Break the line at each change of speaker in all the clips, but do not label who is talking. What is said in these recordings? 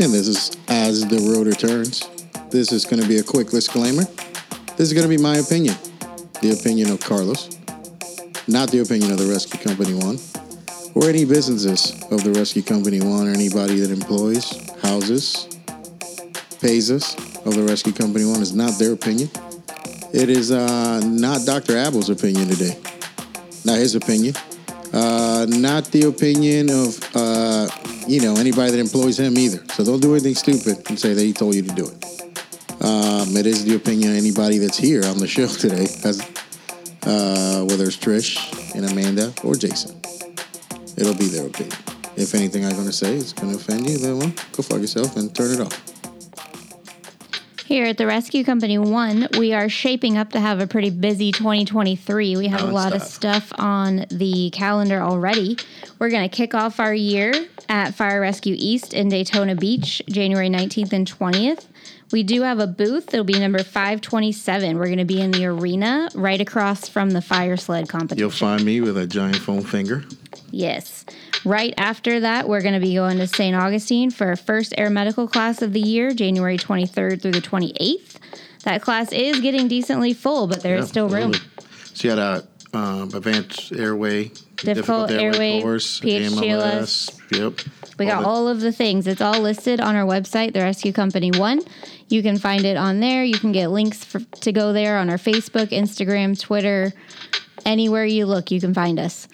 And this is As the Rotor Turns. This is going to be a quick disclaimer. This is going to be my opinion, the opinion of Carlos, not the opinion of the Rescue Company One, or any businesses of the Rescue Company One, or anybody that employs, houses, pays us of the Rescue Company One. It's not their opinion. It is uh, not Dr. Abel's opinion today, not his opinion, uh, not the opinion of uh, you know anybody that employs him either. So don't do anything stupid and say that he told you to do it. Um, it is the opinion of anybody that's here on the show today, as, uh, whether it's Trish and Amanda or Jason. It'll be their opinion. If anything I'm going to say is going to offend you, then well, go fuck yourself and turn it off.
Here at the Rescue Company One, we are shaping up to have a pretty busy 2023. We have a lot of
Nonstop.
stuff on the calendar already. We're going to kick off our year at Fire Rescue East in Daytona Beach, January 19th and 20th. We do have a booth. It'll be number 527. We're going to be in the arena right across from the fire sled competition.
You'll find me with a giant foam finger.
Yes. Right after that, we're going to be going to St. Augustine for our first air medical class of the year, January 23rd through the 28th. That class is getting decently full, but there is
Yeah,
still room.
absolutely. She had a um, advanced airway,
Difficult airway,
course,
PHGLS.
AMLS. Yep.
We got
the-
all of the things. It's all listed on our website, The Rescue Company One. You can find it on there. You can get links for, to go there on our Facebook, Instagram, Twitter, anywhere you look, you can find us.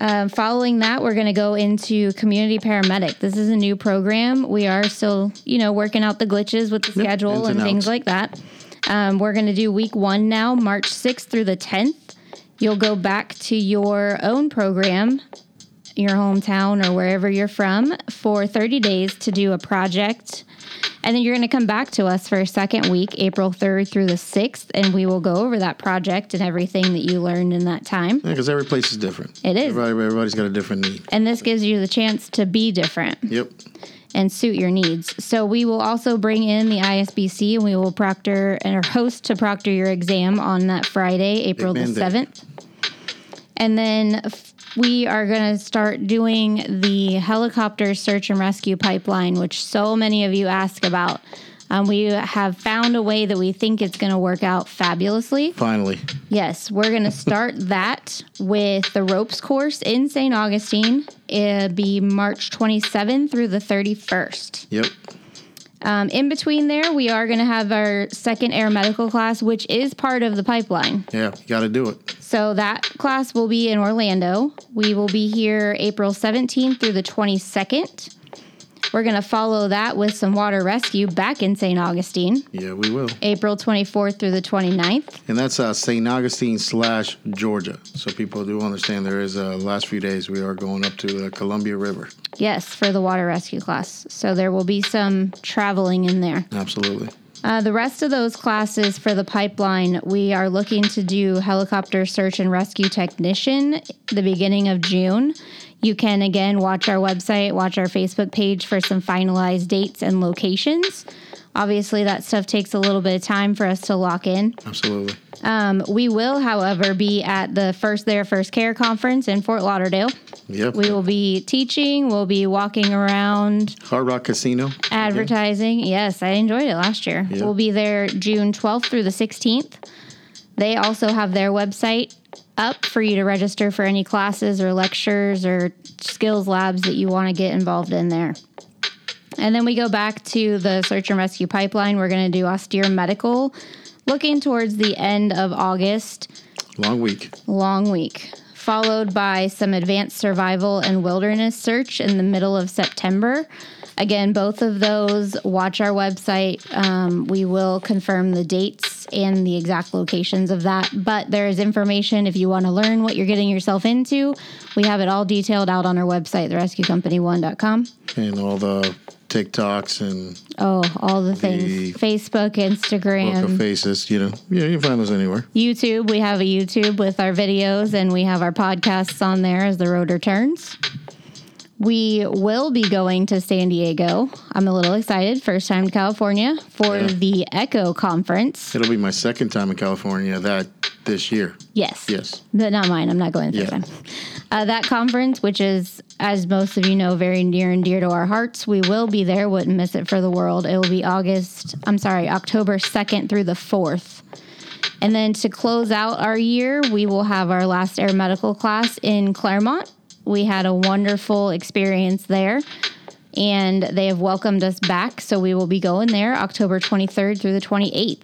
Um, following that, we're going to go into community paramedic. This is a new program. We are still, you know, working out the glitches with the
Yep,
schedule
ins
and,
and
things
outs.
like that. Um, we're going to do week one now, March 6th through the 10th. You'll go back to your own program, your hometown or wherever you're from, for 30 days to do a project. And then you're going to come back to us for a second week, April 3rd through the 6th, and we will go over that project and everything that you learned in that time.
Yeah, because every place is different.
It is.
Everybody, everybody's got a different need.
And this gives you the chance to be different
Yep.
and suit your needs. So we will also bring in the ISBC and we will proctor and host to proctor your exam on that Friday, April the
mandate.
7th. And then f- we are going to start doing the helicopter search and rescue pipeline, which so many of you ask about. Um, we have found a way that we think it's going to work out fabulously.
Finally,
Yes, we're going to start that with the ropes course in St. Augustine. It'll be March 27th through the 31st.
yep.
Um, in between there, we are going to have our second air medical class, which is part of the pipeline.
Yeah, you got to do it.
So that class will be in Orlando. We will be here April 17th through the 22nd. We're going to follow that with some water rescue back in St. Augustine,
Yeah, we will.
April 24th through the 29th.
And that's uh, St. Augustine slash Georgia. So people do understand there is uh, last few days we are going up to the Columbia River.
Yes, for the water rescue class. So there will be some traveling in there.
Absolutely.
Uh, the rest of those classes for the pipeline, we are looking to do helicopter search and rescue technician the beginning of June. You can again watch our website, watch our Facebook page for some finalized dates and locations. Obviously, that stuff takes a little bit of time for us to lock in.
Absolutely.
Um, we will, however, be at the First There First Care conference in Fort Lauderdale.
Yep.
We will be teaching, we'll be walking around,
Hard Rock Casino.
advertising. Yes, I enjoyed it last year.
Yeah.
We'll be there June 12th through the 16th. They also have their website up for you to register for any classes or lectures or skills labs that you want to get involved in there. And then we go back to the search and rescue pipeline. We're going to do austere medical looking towards the end of August
Long week.
long week, followed by some advanced survival and wilderness search in the middle of September. Again, both of those, watch our website. Um, we will confirm the dates and the exact locations of that. But there is information if you want to learn what you're getting yourself into. We have it all detailed out on our website, therescuecompany1.com.
And all the TikToks and
Oh, all the things
The-
Facebook, Instagram,
Boca Faces, you know. Yeah, you can find those anywhere.
YouTube. We have a YouTube with our videos and we have our podcasts on there as the rotor turns. We will be going to San Diego. I'm a little excited. First time to California for
Yeah.
the Echo Conference.
It'll be my second time in California that this year.
Yes.
Yes.
But not mine. I'm not going the third
Yeah.
time. Uh, that conference, which is, as most of you know, very near and dear to our hearts, we will be there. Wouldn't miss it for the world. It will be August, I'm sorry, October 2nd through the 4th. And then to close out our year, we will have our last air medical class in Claremont. We had a wonderful experience there. And they have welcomed us back. So we will be going there October 23rd through the 28th.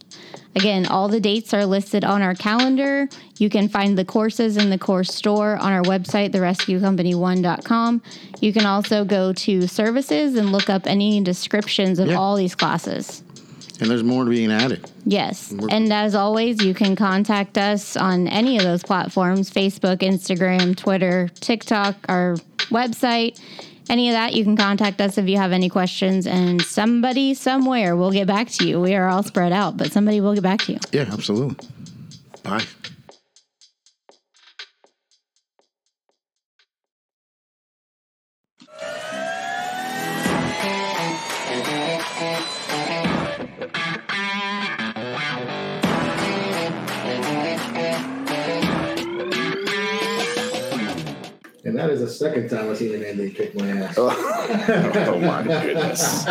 Again, all the dates are listed on our calendar. You can find the courses in the course store on our website, therescuecompany1.com. You can also go to services and look up any descriptions of
Yeah.
all these classes.
And there's more being added.
Yes. And as always, you can contact us on any of those platforms Facebook, Instagram, Twitter, TikTok, our website. Any of that, you can contact us if you have any questions, and somebody somewhere will get back to you. We are all spread out, but somebody will get back to you.
Yeah, absolutely. Bye.
And that is the second time I've seen an Indian kick my ass.
oh my goodness.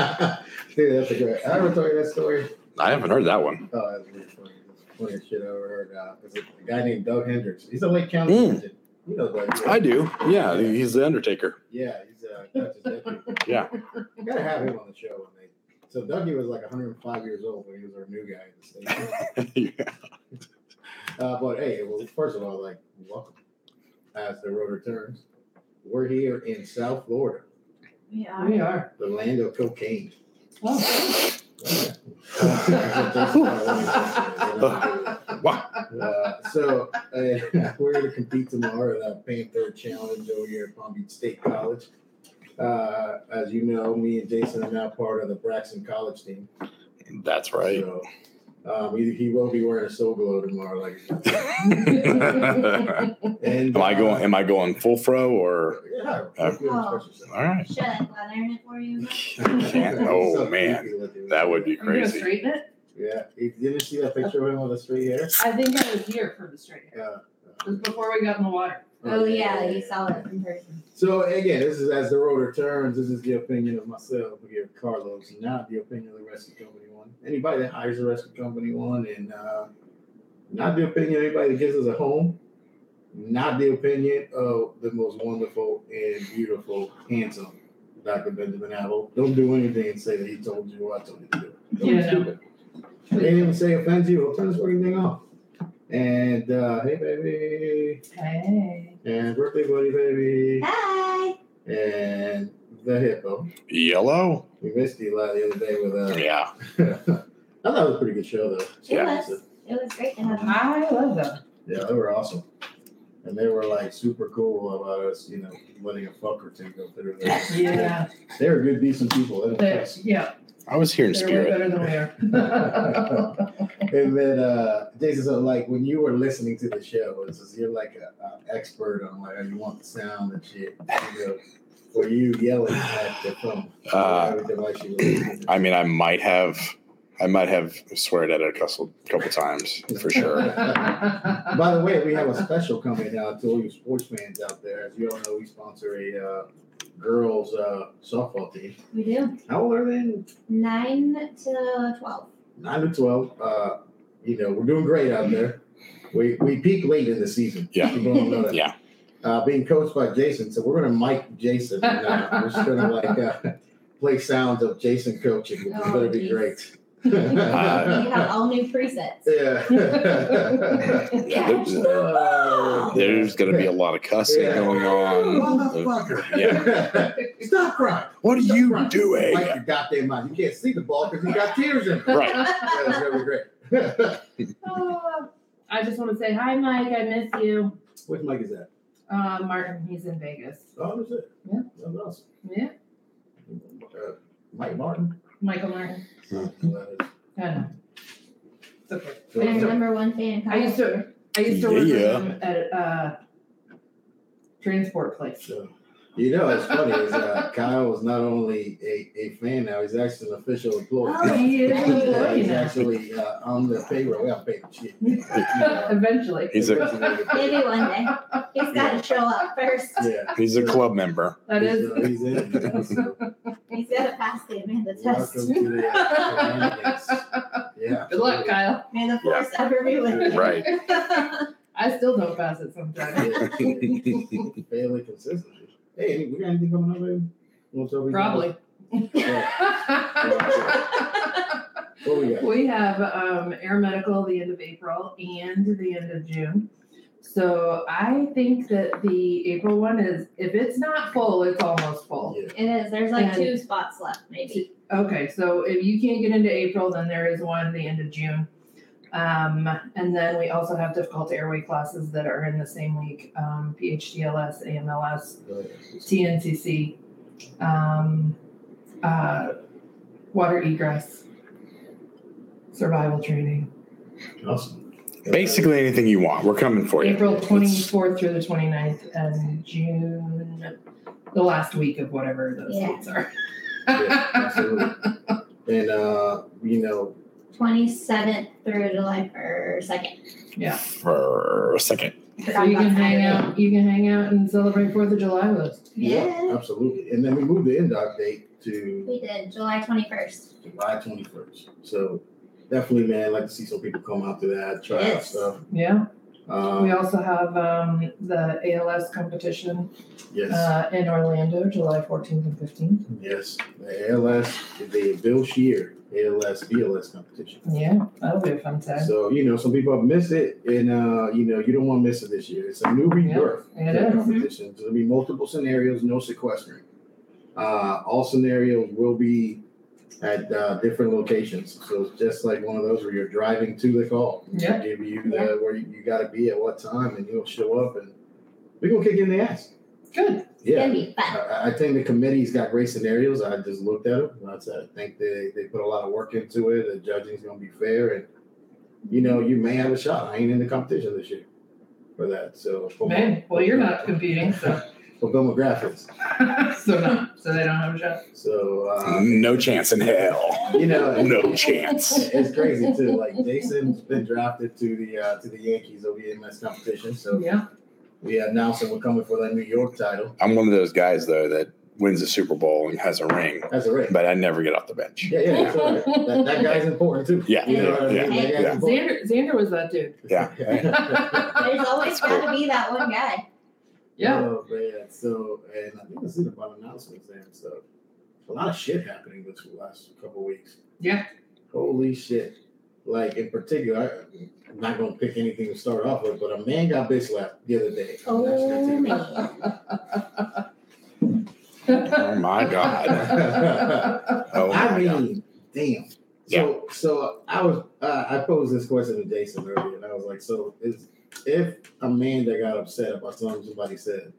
Dude, that's a great. I ever told you that story?
I haven't heard that one.
Oh, that's really funny. That's funny shit I ever heard. Uh, there's a guy named Doug Hendricks. He's a Lake County
Mm.
legend. You know Doug. right?
I do. Yeah, he's the Undertaker.
Yeah, he's uh, Dutch's deputy.
Yeah.
You gotta have him on the show one day. So Dougie was like 105 years old when he was our new guy in the state. Uh, but hey, well, first of all, like, welcome. As the road returns, we're here in South Florida,
We are.
We are.
the land of cocaine.
Oh.
uh,
Wow.
so uh, we're going to compete tomorrow in the Panther Challenge over here at Palm Beach State College. Uh, as you know, me and Jason are now part of the Braxton College team.
That's right.
So um, he, he will be wearing a soul glow tomorrow. Like,
am
and
I
uh,
going am I going full fro or
Yeah.
Uh,
you don't express yourself.
all right.
Should I flat iron it for you?
Can't- oh,
So
man.
creepy looking.
That would be
Are you gonna
crazy.
straighten it?
Yeah, you didn't see that picture of him with the straight hair.
I think I was here for the straight hair.
Yeah.
It was before we got in the water.
Oh, yeah, you saw it in person.
So again, this is as the road returns. This is the opinion of myself here, Carlos, not the opinion of the rescue company one. Anybody that hires the rescue company one, and uh, not the opinion of anybody that gives us a home. Not the opinion of the most wonderful and beautiful, handsome Dr. Benjamin Apple. Don't do anything and say that he told you what I told you to do. Don't be
Yeah.
stupid. They didn't even say offends you. Well, turn this fucking thing off. And uh, hey, baby,
Hey.
and birthday buddy, baby,
Hi.
and the hippo.
Yellow?
We missed you lot the other day with uh.
Yeah.
I thought it was a pretty good show though.
It
Yeah.
was. It was great to have him.
I love them.
Yeah, they were awesome, and they were like super cool about us, you know, letting a fuck or two go through there.
Yeah.
they were good, decent people. They don't
They're,
cuss.
yeah.
I was here in
They're way
spirit.
better than we are.
And then uh, Jason, so like when you were listening to the show, it's just, you're like an expert on like how you want the sound and shit. You know, were you yelling at the phone?
Uh,
Whatever device you were using.
I mean I might have I might have sweared at it a couple couple times for sure.
By the way, we have a special coming out to all you sports fans out there. As you all know, we sponsor a uh, girls uh, softball team.
We do.
How old are they?
9 to 12.
Nine to twelve. Uh, you know, we're doing great out there. We we peak late in the season.
Yeah.
People don't know that.
Yeah.
Uh, being coached by Jason, so we're gonna mic Jason. And, uh, we're just gonna like uh, play sounds of Jason coaching. It's
Oh,
gonna be
geez.
great. Uh,
We have all new presets.
yeah.
Yeah, there's, there's gonna be a lot of cussing
Yeah.
going on. Yeah.
Motherfucker. Stop crying.
What are you
Right.
doing?
Like your goddamn mind. You can't see the ball because you got tears in it.
Right.
Yeah, That's really great.
Oh, I just want to say hi, Mike. I miss you.
Which mic is that?
Uh, Martin, he's in Vegas.
Oh, that's it.
Yeah.
That was
Yeah.
awesome. Uh, Mike Martin.
Michael Martin.
Mm-hmm.
I don't know. It's okay.
So-
Our number one fan.
I used to I used to work
Yeah.
with him at a transport place.
so- You know, it's funny. Is, uh, Kyle is not only a, a fan now; he's actually an official employee.
Oh, he is an
Yeah,
employee
he's
now.
actually uh, on the uh, payroll. We got paid shit.
Eventually.
He's a-
Maybe one day. He's got to show up first.
yeah.
He's a club member.
That
He's,
is.
uh, he's in. So,
He's got to pass the Amanda test.
welcome to the Hernandez. Yeah.
Good luck, Kyle.
May the force ever be with you.
Right.
I still don't pass it sometimes.
Yeah. Failing consistency. Hey, we got anything coming up, baby? What's up, we got?
Probably.
What we got?
We have um, air medical the end of April and the end of June. So I think that the April one is, if it's not full, it's almost full.
Yeah.
It is. There's like
Yeah.
two spots left, maybe.
Okay, so if you can't get into April, then there is one the end of June. Um, and then we also have difficult airway classes that are in the same week um, PHDLS, AMLS, TNCC, um, uh, water egress, survival training,
Awesome.
Basically, anything you want, we're coming for you.
April
It's-
24th through the 29th, and June, the last week of whatever those
Yeah.
dates are.
Yeah, absolutely. And uh, you know,
27th through July 1st.
For a second.
so you can hang out, you can hang out and celebrate 4th of July with us.
Yeah.
absolutely. And then we moved the end doc date to
We did July 21st.
July twenty first. So definitely, man, I'd like to see some people come out to that, try out
Yes.
stuff.
Yeah. We
Um,
also have um, the ALS competition
yes,
uh, in Orlando, July 14th and 15th.
yes. The ALS, the Bill Shear ALS BLS competition.
Yeah, that'll be a fun time.
So you know, some people have missed it, and uh, you know, you don't want to miss it this year. It's a new rebirth
Yeah, it
to the
is.
competition. There'll be multiple scenarios, no sequestering. Uh, all scenarios will be at uh, different locations. So it's just like one of those where you're driving to the call.
Yeah.
Give you the where you, you got to be at what time, and you'll show up, and we're gonna kick you in the ass.
Good.
It's
Yeah.
going to be fun.
I- I, I think the committee's got great scenarios. I just looked at them. and I said, I think they, they put a lot of work into it. The judging's going to be fair. And, you know, you may have a shot. I ain't in the competition this year for that. So,
Man, well, you're not competing, so.
For Bill McGrath.
so not so they don't have a shot.
So, uh,
Um, No chance in hell.
you know,
No chance.
it's crazy, too. Like, Jason's been drafted to the uh, to the Yankees over the MS competition. So,
Yeah.
we announced that we're coming for that New York title.
I'm one of those guys, though, that wins the Super Bowl and has a ring,
That's a race.
but I never get off the bench.
Yeah, yeah. that's all right. That, that guy's important, too.
Yeah,
You know what I mean?
yeah,
That guy's
yeah.
important.
Xander Xander was that dude.
There's always got to be that one guy.
yeah.
Oh man. So and I think this is about announcements and stuff. A lot of shit happening this last couple weeks.
Yeah.
Holy shit. Like in particular, I, am not gonna pick anything to start off with, but a man got bitch slapped the other day. on national
Oh,
TV.
man.
Oh, my God. Oh,
I
my God.
mean, damn. So, so I was uh, I posed this question to Jason earlier, and I was like, so is if a man that got upset about something somebody said,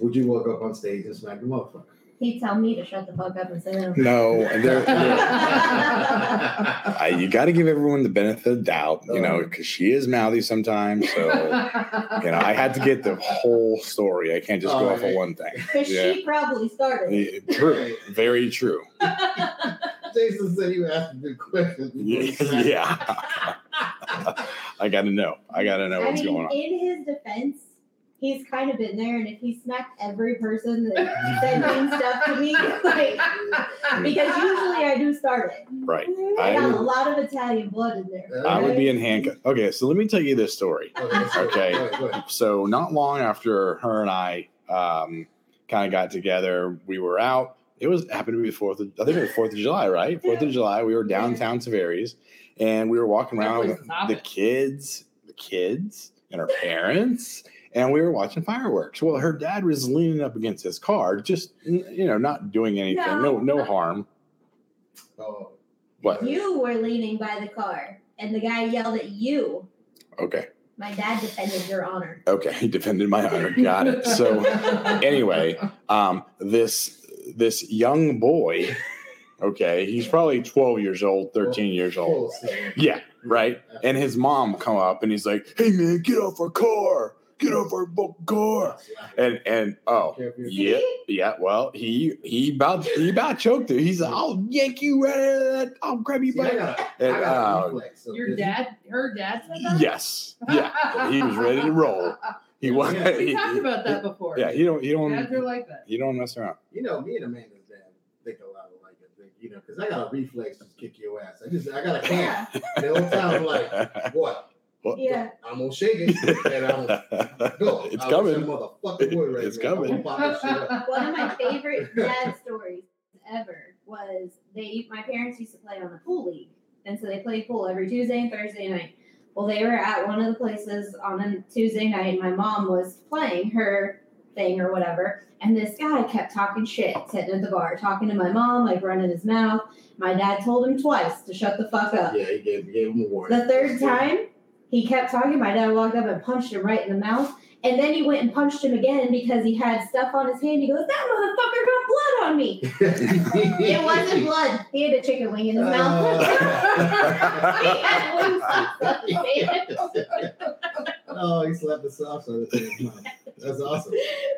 would you walk up on stage and smack the motherfucker?
He'd tell me to shut the fuck up and say that.
No, there- there-
yeah,
I, you got to give everyone the benefit of the doubt, you know, because she is mouthy sometimes. So, you know, I had to get the whole story. I can't just
Oh,
go off of one thing.
Because she probably started. it.
Yeah, True. Very true.
Jason said you asked a good question.
Yeah. I got to know. I got to know
I
what's going
mean,
on.
in his defense, he's kind of been there, and if he smacked every person that said mean stuff to me, like, because usually I do start it.
Right.
I got
I
a lot of Italian blood in there.
I would be in handcuffs. Okay, so let me tell you this story. Okay. So not long after her and I um, kind of got together, we were out. It was happened to be the fourth. Of, I think it was Fourth of July, right? Fourth of July. We were downtown Tavares, and we were walking around with
Stop
the
it.
kids, the kids, and her parents, and we were watching fireworks. Well, her dad was leaning up against his car, just you know, not doing anything, no, no, harm.
Oh,
What?
You were leaning by the car, and the guy yelled at you.
Okay,
My dad defended your honor.
okay. He defended my honor. Got it. So. anyway, um, this this young boy, okay, he's probably 12 years old, 13 years
cool,
old,
so-
Yeah, right? And his mom come up and he's like, "Hey man, get off our car, get off our bu- car," and and oh,
Care if you're-
yeah,
See?
yeah, well, he he about he about choked her. He's like, I'll yank you right out of that. I'll grab you
See, I
by.
got, a- I
And,
got a
uh,
reflex, so
Your
this-
dad, her dad said that?
yes, yeah, he was ready to roll. he was.
Yeah,
We
he-
talked
he-
about that before.
Yeah, you don't you
Dads are
don't
like that.
you don't mess around.
You know, me and Amanda's dad think a lot alike. I think, you know, because I got a reflex to kick your ass. I just, I got a hand.
Yeah.
the whole time, I'm like, what?
Yeah.
I'm gonna shake it, and I'm gonna go.
It's
I wish
coming.
that Motherfucker would right
It's
now. I'm gonna
coming.
pop this shit up.
One of my favorite dad stories ever was they my parents used to play on the pool league. And so they played pool every Tuesday and Thursday night. Well, they were at one of the places on a Tuesday night, and my mom was playing her thing or whatever. And this guy kept talking shit, sitting at the bar, talking to my mom, like running his mouth. My dad told him twice to shut the fuck up.
Yeah, he gave, he gave him a warning.
The third time, he kept talking. My dad walked up and punched him right in the mouth. And then he went and punched him again because he had stuff on his hand. He goes, That motherfucker got blood on me. It wasn't blood. Uh. He had a chicken wing in his mouth. he had wing socks on his hand.
oh, he slapped the socks on the thing. That's awesome.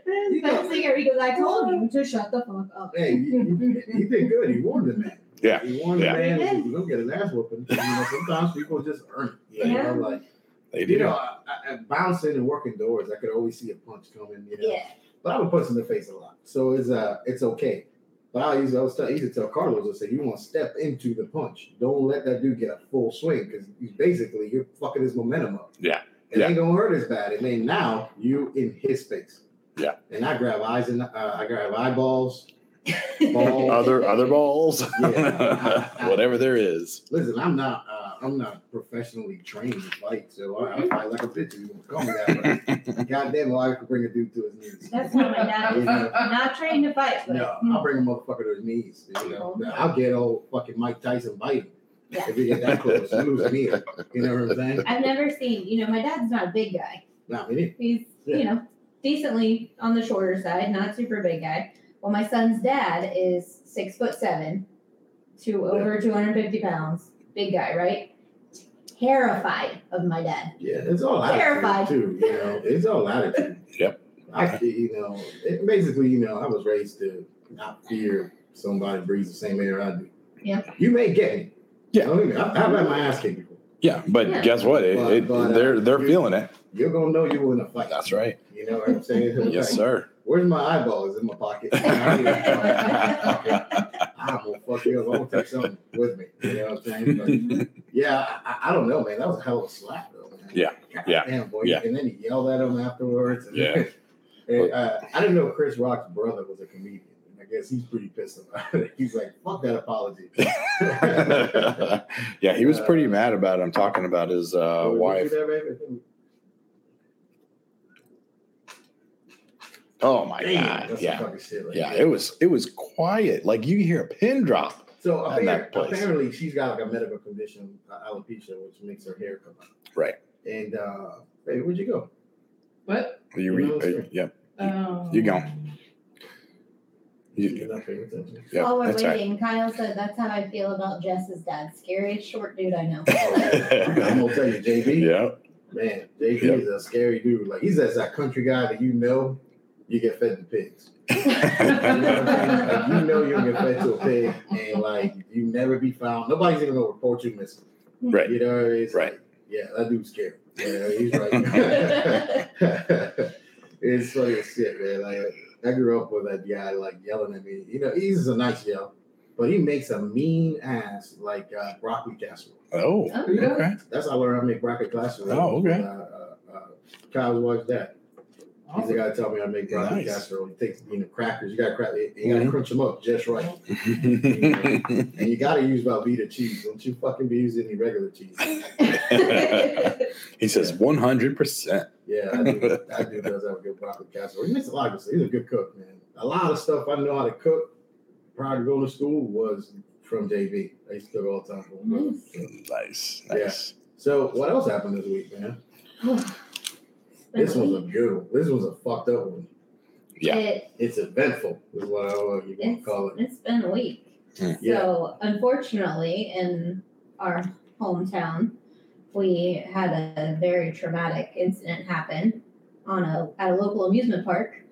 And the singer, he goes, I told you to shut the fuck up.
Hey, you- you- he did good. He warned the man.
Yeah.
He warned
Yeah.
the man. He was gonna get his ass whooping. You know, sometimes people just earn it. You
Yeah.
know, like
They
you know,
do.
I, I, I bouncing and working doors, I could always see a punch coming. You know,
Yeah.
but I'm a punch in the face a lot, so it's uh, it's okay. But I used to, I was tell, I used to tell Carlos, I said, you want to step into the punch. Don't let that dude get a full swing because basically you're fucking his momentum up.
Yeah.
It
Yeah.
ain't gonna hurt as bad. And then now you in his face.
Yeah.
And I grab eyes and uh, I grab eyeballs, balls.
Other other balls,
Yeah.
whatever there is.
Listen, I'm not uh, I'm not professionally trained to fight, so I, I fight like a bitch. if You gonna call me that? But goddamn, well, I could bring a dude to his knees.
That's how my dad is. Not trained to fight, but
No, I'll bring a motherfucker to his knees. You know, I'll get old fucking Mike Tyson biting
Oh, Yeah.
if you get that close. You lose me. You know what I'm saying?
I've never seen, you know, my dad's not a big guy.
Nah, I mean, it-
He's,
Yeah.
you know, decently on the shorter side, not super big guy. Well, my son's dad is six foot seven, to over 250 pounds, big guy, right? Terrified of my dad.
yeah, it's all
Terrified.
attitude too. You know, it's all attitude.
Yep.
I, you know, it, basically, you know, I was raised to not fear somebody breathes the same air I do.
Yeah.
You may get me.
Yeah.
Don't even- I've I've had my ass kicked before.
Yeah, but
Yeah.
guess what? It,
But-
it,
but, uh,
they're they're
you-
feeling it.
You're gonna know you were in a fight.
That's right.
You know what I'm saying?
Yes,
Like,
sir.
Where's my eyeballs in my pocket? I need a- I'm gonna fuck you up. I'm gonna take something with me. You know what I'm saying? But, yeah, I, I don't know, man. That was a hell of a slap, though. Man.
Yeah,
God
yeah,
Damn, boy.
yeah.
And then he yelled at him afterwards. And
Yeah.
and, uh, I didn't know Chris Rock's brother was a comedian. And I guess he's pretty pissed about it. He's like, "Fuck that apology."
Uh, yeah, he was pretty mad about it. I'm talking about his
Would Uh,
uh,
Oh, you do
wife.
that, baby?
Oh my
Damn,
god.
that's some
Yeah,
fucking shit right
yeah.
there.
It was it was quiet. Like you hear a pin drop.
So
in that
apparently,
place.
apparently she's got like a medical condition, uh, alopecia, which makes her hair come out.
Right.
And uh, baby, where'd you go?
What?
You, uh,
You know,
you-
sure.
yep.
Oh.
You gone.
She's
You,
not paying attention.
yeah,
While we're
that's right.
waiting, Kyle said that's how I feel about Jess's dad. Scariest short dude I know.
I'm gonna tell you, JB.
Yeah.
Man, JB
Yep.
is a scary dude. Like he's that, that country guy that you know you get fed to pigs. You know, what I'm saying? like, you know you'll get fed to a pig, and like you never be found. Nobody's even gonna report you missing.
Right.
You know, it's
Right.
like, yeah, that dude's scary. Yeah, he's right. it's funny as shit, man. Like I grew up with that guy, like yelling at me. You know, he's a nice yell, but he makes a mean ass like uh, broccoli casserole.
Oh.
Oh,
really?
Okay.
That's how I learned how to make broccoli casserole.
Oh, okay.
Uh, uh, uh, Kyle's wife's dad. He's the guy that taught me how to make broccoli
Oh. Nice.
casserole. He takes you know crackers. You got to crack. You got to
Mhm.
crunch them up just right, and you got to use Velveeta cheese. Don't you fucking be using any regular cheese.
he says 100. percent
Yeah, I do. I do does have a good broccoli casserole. He makes a lot of good stuff. He's a good cook, man. A lot of stuff I know how to cook prior to going to school was from JB. I used to cook all the time. For my brother.
Nice.
Yeah.
Nice.
So what else happened this week, man? This was a good one. This was a fucked up one.
Yeah.
It,
It's eventful. Is what I want you to
it's,
call it.
it's been a week.
Yeah.
So unfortunately, in our hometown, we had a very traumatic incident happen on a at a local amusement park.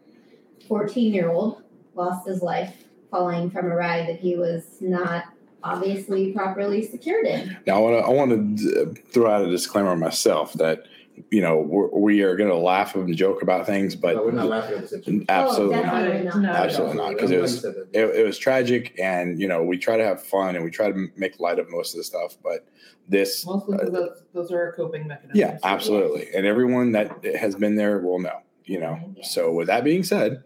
Fourteen year old lost his life falling from a ride that he was not obviously properly secured in.
Now, I want to I want to throw out a disclaimer myself that you know we're, we are going to laugh and joke about things, but
No, we're not laughing at the situation.
absolutely,
Oh,
not.
definitely not.
No, no.
absolutely not because it
Everybody
was
said that.
it, it was tragic, and you know we try to have fun and we try to m- make light of most of the stuff, but this,
Mostly because those, those are our coping mechanisms.
yeah, absolutely, and everyone that has been there will know, you know. So with that being said,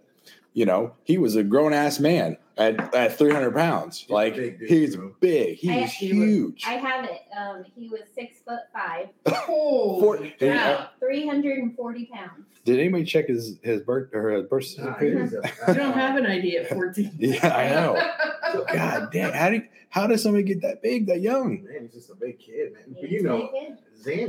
you know he was a grown ass man at at three hundred pounds,
He's a
like
big dude,
he's
bro.
big, he's
I-
huge.
I have it. Um, he was six foot five,
Oh,
Four- uh,
yeah.
three hundred and forty pounds.
Did anybody check his his birth or his birth
Nah,
certificate?
it is a-
You don't have an idea at 14.
Yeah, I know. God damn! How do how does somebody get that big that young?
Man, he's just a big kid, man. But
He's
you know,
naked.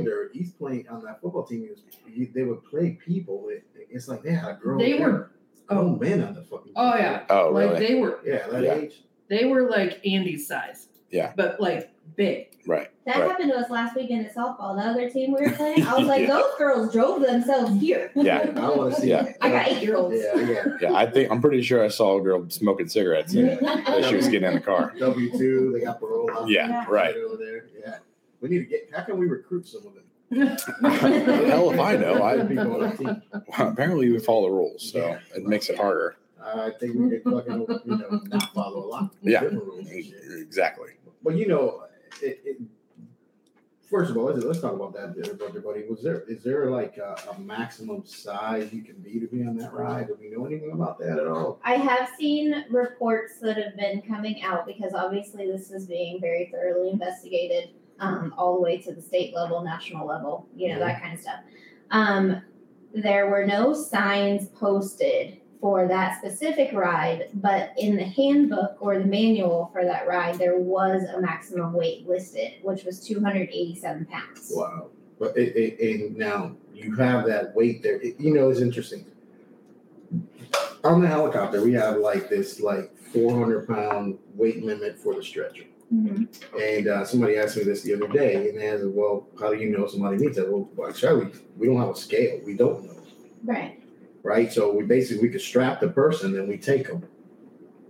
Xander, he's playing on that football team. He was, he, they would play people. It, it's like they had a grown.
They
man-
were-
grown men on the fucking.
Oh,
team.
yeah.
Oh
Like
really?
they were,
Yeah, that
Yeah.
age.
they were like Andy's size.
Yeah.
But like big.
right.
That
Right.
happened to us last weekend at softball. The other team we were playing, I was like,
Yeah.
those girls drove themselves here.
Yeah.
I want to see.
Yeah.
that.
I got eight year olds.
Yeah, yeah.
Yeah, I think I'm pretty sure I saw a girl smoking cigarettes and
Yeah.
as she was getting in the car.
W two, they got parole. out
Yeah,
Yeah.
right.
over there. Yeah, we need to get. How can we recruit some of them?
Hell if I know. I-
People on the team.
Apparently, you follow the rules, so
Yeah.
it makes it harder.
I think we could fucking you know not follow a lot. of
Yeah.
different rules and shit.
Exactly.
Well, you know, it, it, first of all, let's, let's talk about that, there, brother buddy. Was there is there like a, a maximum size you can be to be on that ride? Do we know anything about that at all?
I have seen reports that have been coming out because obviously this is being very thoroughly investigated um, all the way to the state level, national level, you know, that kind of stuff. Um, there were no signs posted for that specific ride, but in the handbook or the manual for that ride, there was a maximum weight listed, which was 287 pounds.
Wow. But it, it, and now you have that weight there. It, you know, it's interesting. On the helicopter, we have like this like 400 pound weight limit for the stretcher.
Mhm.
And uh, somebody asked me this the other day, and they asked, "Well, how do you know somebody needs that?" Well, actually, we don't have a scale. We don't know.
Right.
right? So we basically we could strap the person and we take them,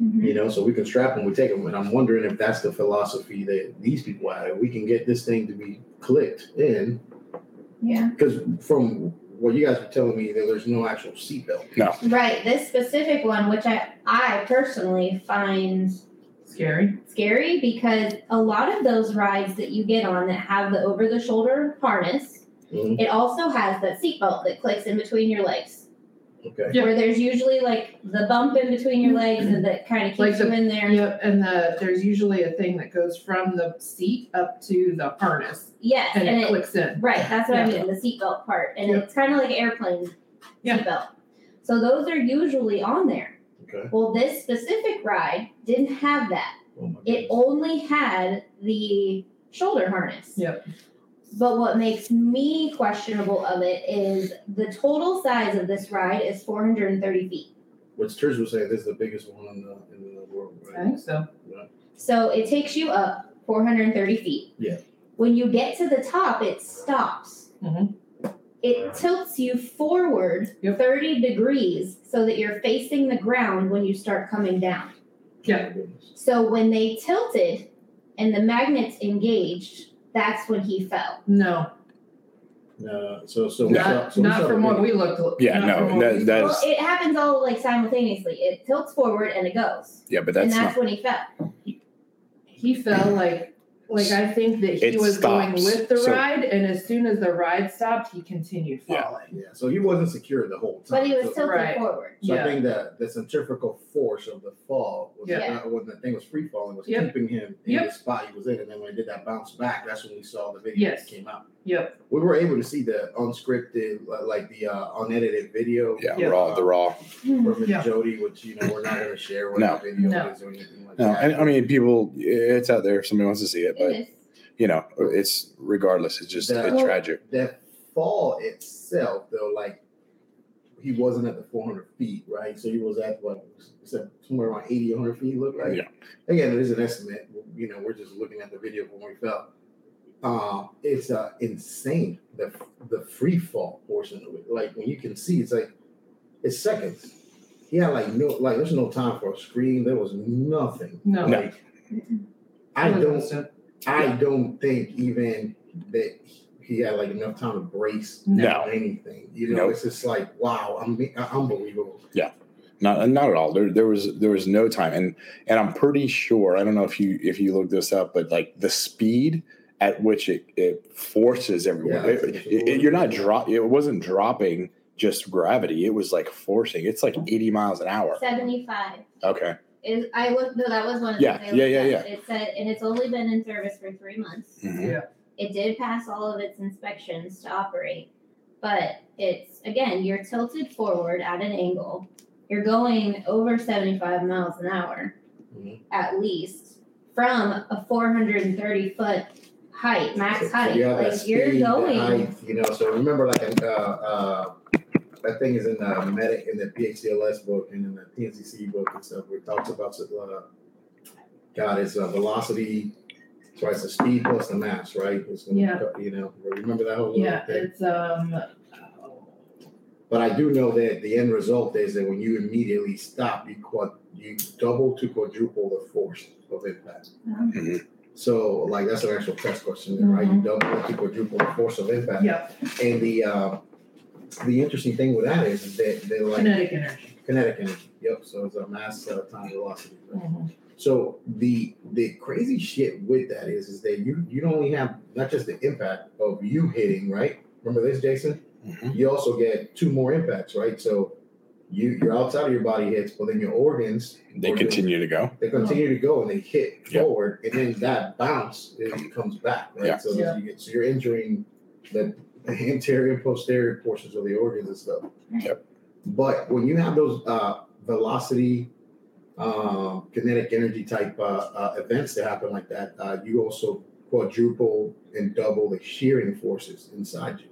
Mhm.
you know. So we can strap them, we take them, and I'm wondering if that's the philosophy that these people have. We can get this thing to be clicked in
Yeah.
because from what you guys were telling me, that there's no actual seatbelt.
Right. This specific one, which I, I personally find
Scary.
scary because a lot of those rides that you get on that have the over the shoulder harness,
Mhm.
it also has that seatbelt that clicks in between your legs.
Okay.
Yeah.
Where there's usually like the bump in between your legs and that kind of keeps
Like the-
you in there.
Yep. And the there's usually a thing that goes from the seat up to the harness
Yes,
and it clicks in.
Right, that's what I
Yeah.
mean, the seatbelt part. And
Yep.
it's kind of like airplane
Yeah.
seatbelt. So those are usually on there.
Okay.
Well, this specific ride didn't have that.
Oh my
It
goodness.
only had the shoulder harness.
Yep.
But what makes me questionable of it is the total size of this ride is 430 feet.
Which Trish was saying, this is the biggest one in the in the world,
I
right?
think so.
So it takes you up 430 feet.
Yeah.
When you get to the top, it stops.
Mhm.
It tilts you forward
Yep.
30 degrees so that you're facing the ground when you start coming down.
Yeah.
Oh my goodness.
So when they tilted and the magnets engaged, that's when he fell.
No,
Uh, so so what's
not,
up? So
not
what's up
from what
again?
we looked.
Yeah,
not
no,
from what
that-
we
that
saw.
Well, it happens all like simultaneously. It tilts forward and it goes.
Yeah, but
and
that's
that's
not.
when he fell.
he fell like like I think that he
It
was going
stops.
with the
So-
ride, and as soon as the ride stopped, he continued
Yeah.
falling.
Yeah. So he wasn't secure the whole time.
But he was
So-
tilted
Right.
forward.
So I
Yeah,
think that the centrifugal force of the fall was
Yeah.
not, when the thing was free falling was
Yep.
keeping him in
Yep.
the spot he was in, and then when it did that bounce back, that's when we saw the video
Yes.
that came out.
Yep.
We were able to see the unscripted, li- like the uh, unedited video.
Yeah,
Yeah.
raw the raw.
From Miss
Yeah.
Jody, which you know we're not going to share what
No.
the video
No.
is or anything like
No,
that.
and I mean people. It's out there if somebody wants to see it,
It
but
is.
you know, it's regardless. It's just
That-
it's tragic.
that fall itself, though, like he wasn't at the 400 feet, right? So he was at what, said somewhere around 80, 100 feet, look like.
Yeah.
Again, it is an estimate. You know, we're just looking at the video from when we fell. Um, it's uh, insane the the free fall portion of it. Like when you can see, it's like it's seconds. he had like no like there's no time for a screen. There was nothing.
No.
No.
Like I don't I don't think even that he had like enough time to brace
No.
anything. You know,
Nope.
it's just like wow, I'm uh, unbelievable.
Not not at all. There there was there was no time, and and I'm pretty sure. I don't know if you if you look this up, but like the speed at which it, it forces everyone.
Yeah,
it-
it's-
it- it- you're not drop. It wasn't dropping just gravity. It was like forcing. It's like 80 miles an hour.
Seventy-five.
Okay.
Is I looked. No, that was one. Of the
Yeah,
things I
yeah,
looked
yeah,
up. It said, and it's only been in service for three months.
Mm.
Mhm.
It did pass all of its inspections to operate, but it's again you're tilted forward at an angle. You're going over seventy-five miles an hour,
Mhm.
at least from a four hundred and thirty foot height, max
So- so
height.
you have that
like you're
speed, that
going.
height, you know. So remember, like uh, uh, that thing is in the medic in the PHCLS book and in the PNCC book and stuff. Where it talks about uh, God, it's uh, velocity twice the speed plus the mass, right? It's gonna-
Yeah.
You know, remember that whole
Yeah,
thing.
it's um.
But I do know that the end result is that when you immediately stop, you quad, you double to quadruple the force of impact.
Mhm.
So, like, that's an actual test question, there, right? You double to quadruple the force of impact.
Yeah,
And the uh, the interesting thing with that is that they're like
kinetic energy.
kinetic energy. Yep. So it's a mass uh, time velocity. right?
Mm-hmm,
So the the crazy shit with that is is that you you don't only have not just the impact of you hitting right. Remember this, Jason.
Mhm.
You also get two more impacts, right? So you your outside of your body hits, but then your organs
They continue to go.
They continue to go and they hit
Yep.
forward, and then that bounce it comes back, right?
Yeah.
So,
Yeah.
you get, so you're injuring the anterior and posterior portions of the organs and stuff.
Yep.
But when you have those uh, velocity um, kinetic energy type uh, uh, events that happen like that, uh, you also quadruple and double the shearing forces inside you.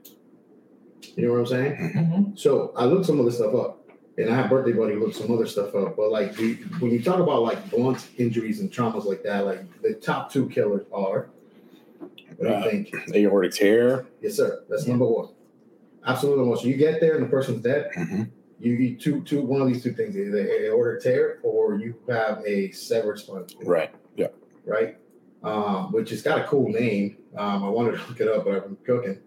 You know what I'm saying?
Mhm.
So I looked some of this stuff up, and I have birthday buddy look some other stuff up. But like the, when you talk about like blunt injuries and traumas like that, like the top two killers are. What do you
Uh,
think?
Aortic tear.
Yes, sir. That's number one. Absolutely number one. So you get there and the person's dead.
Mhm.
You get two, two, one of these two things: either a aortic tear or you have a severed spinal cord
Right.
right? Um, which has got a cool name. Um, I wanted to look it up, but I've been cooking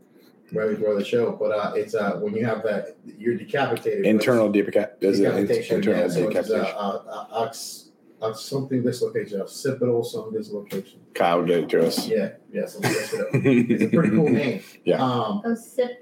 right before the show. But uh, it's uh, when you have that, you're decapitated. but
Internal deca-
it's
is it in-
decapitation.
internal
yeah, so it's, uh,
decapitation.
uh, uh, ox, ox, something dislocation, occipital, some dislocation.
Kyle gave it to us.
Yeah, yeah, something dislocation. It's a pretty cool name.
Yeah.
Um,
Occip-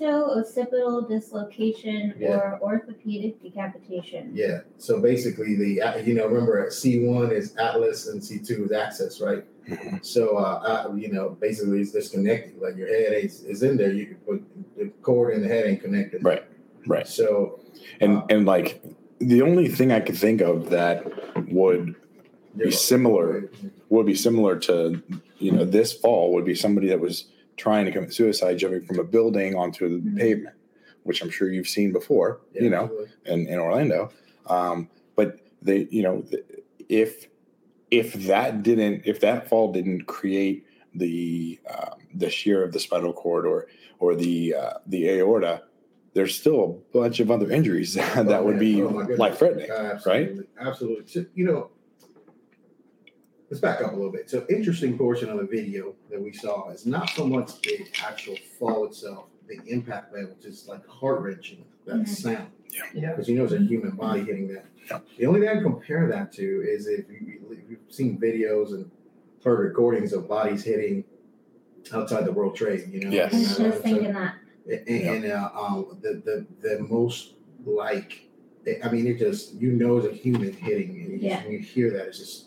Atlanto-occipital dislocation
Yeah.
or orthopedic decapitation.
yeah. So basically, the uh, you know remember C one is atlas and C two is axis, right?
Mhm.
So, uh, I, you know, basically it's disconnected. Like your head is, is in there, you but the cord and the head ain't connected.
Right, right.
So
And and like the only thing I could think of that would
you're-
be similar would be similar to you know this fall would be somebody that was trying to commit suicide jumping from a building onto the
Mhm.
pavement which i'm sure you've seen before
Mm-hmm. Yeah,
you know in, in orlando um, but they you know th- if if that didn't if that fall didn't create the um, the shear of the spinal cord or or the uh, the aorta there's still a bunch of other injuries that,
Oh,
would
yeah.
be
Oh, my goodness.
life threatening
Absolutely. Right? Absolutely. So, you know, let's back up a little bit. So, interesting portion of the video that we saw is not so much the actual fall itself, the impact that which is like heart wrenching, that
Mhm.
sound.
Yeah.
because you know it's a human body hitting that. The only thing I compare that to is if you, if you've seen videos and heard recordings of bodies hitting outside the World Trade, you know.
I
Yes.
was
you know,
just thinking that.
so- and and, uh, um, the the the most like, I mean, it just you know it's a human hitting, and you,
Yeah.
you hear that it's just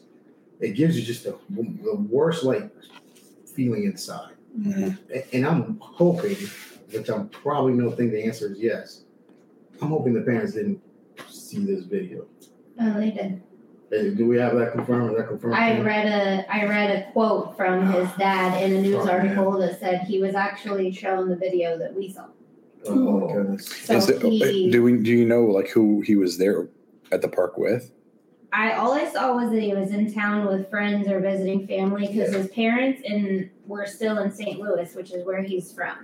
it gives you just the, the worst like feeling inside.
Mhm.
Mm-hmm.
A- And I'm hoping, which I'm probably no think the answer is yes. I'm hoping the parents didn't see this video.
Oh, they did.
Uh, Do we have that confirmed? Is that confirmed?
I read a I read a quote from his dad in a
Oh,
news
man.
article that said he was actually shown the video that we saw.
Oh my goodness.
So
Is it-
he,
uh, do we do you know like who he was there at the park with?
I all I saw was that he was in town with friends or visiting family because
Yeah.
his parents and were still in St. Louis, which is where he's from.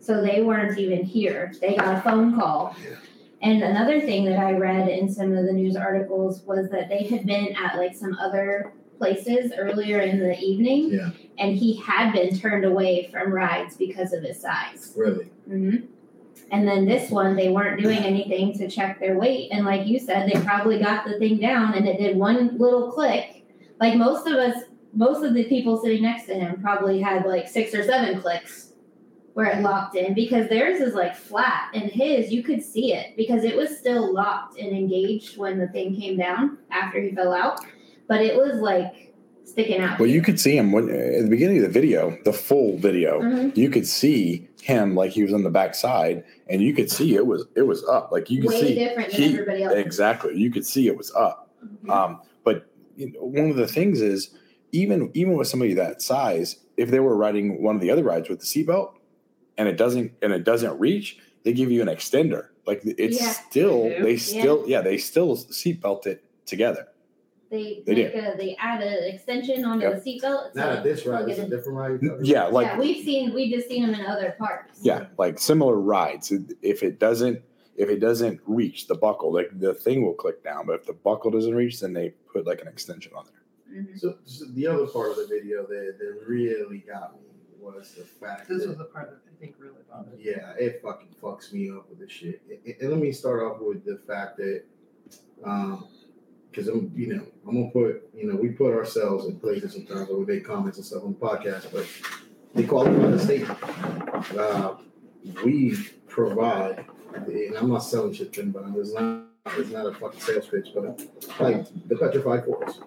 So they weren't even here. They got a phone call, And another thing that I read in some of the news articles was that they had been at like some other places earlier in the evening,
Yeah.
and he had been turned away from rides because of his size.
Really?
hmm And then this one, they weren't doing anything to check their weight. And like you said, they probably got the thing down and it did one little click. Like most of us, most of the people sitting next to him probably had like six or seven clicks where it locked in because theirs is like flat and his, you could see it because it was still locked and engaged when the thing came down after he fell out. But it was like sticking out.
Well, you could see him when, uh, at the beginning of the video, the full video.
Mhm.
You could see him like he was on the backside, and you could see it was it was up. Like you could
Way
see
different than
he-
everybody else.
exactly. You could see it was up.
Mhm.
Um, but you know, one of the things is even even with somebody that size, if they were riding one of the other rides with the seatbelt and it doesn't and it doesn't reach, they give you an extender. Like it's
Yeah.
still
They do?
they still yeah, they still seatbelt it together.
They
They
make a, they add an extension onto
Yep.
the seatbelt. so-
Not at this ride.
Okay.
It's a different ride. you're talking
Yeah, like
yeah, we've seen we've just seen them in other parks.
yeah, like similar rides. If it doesn't if it doesn't reach the buckle, like the thing will click down, but if the buckle doesn't reach, then they put like an extension on there.
Mhm.
about? So, so the other part of the video that, that really got me was the fact
This
that
was the part that I think really bothered. me.
Yeah, it fucking fucks me up with this shit. And, and let me start off with the fact that, um, because I'm, you know, I'm gonna put, you know, we put ourselves in places sometimes where we make comments and stuff on the podcast, but they call it by the statement. Uh, we provide, and I'm not selling shit to anybody. It's not, it's not a fucking sales pitch, but like the petrified forest.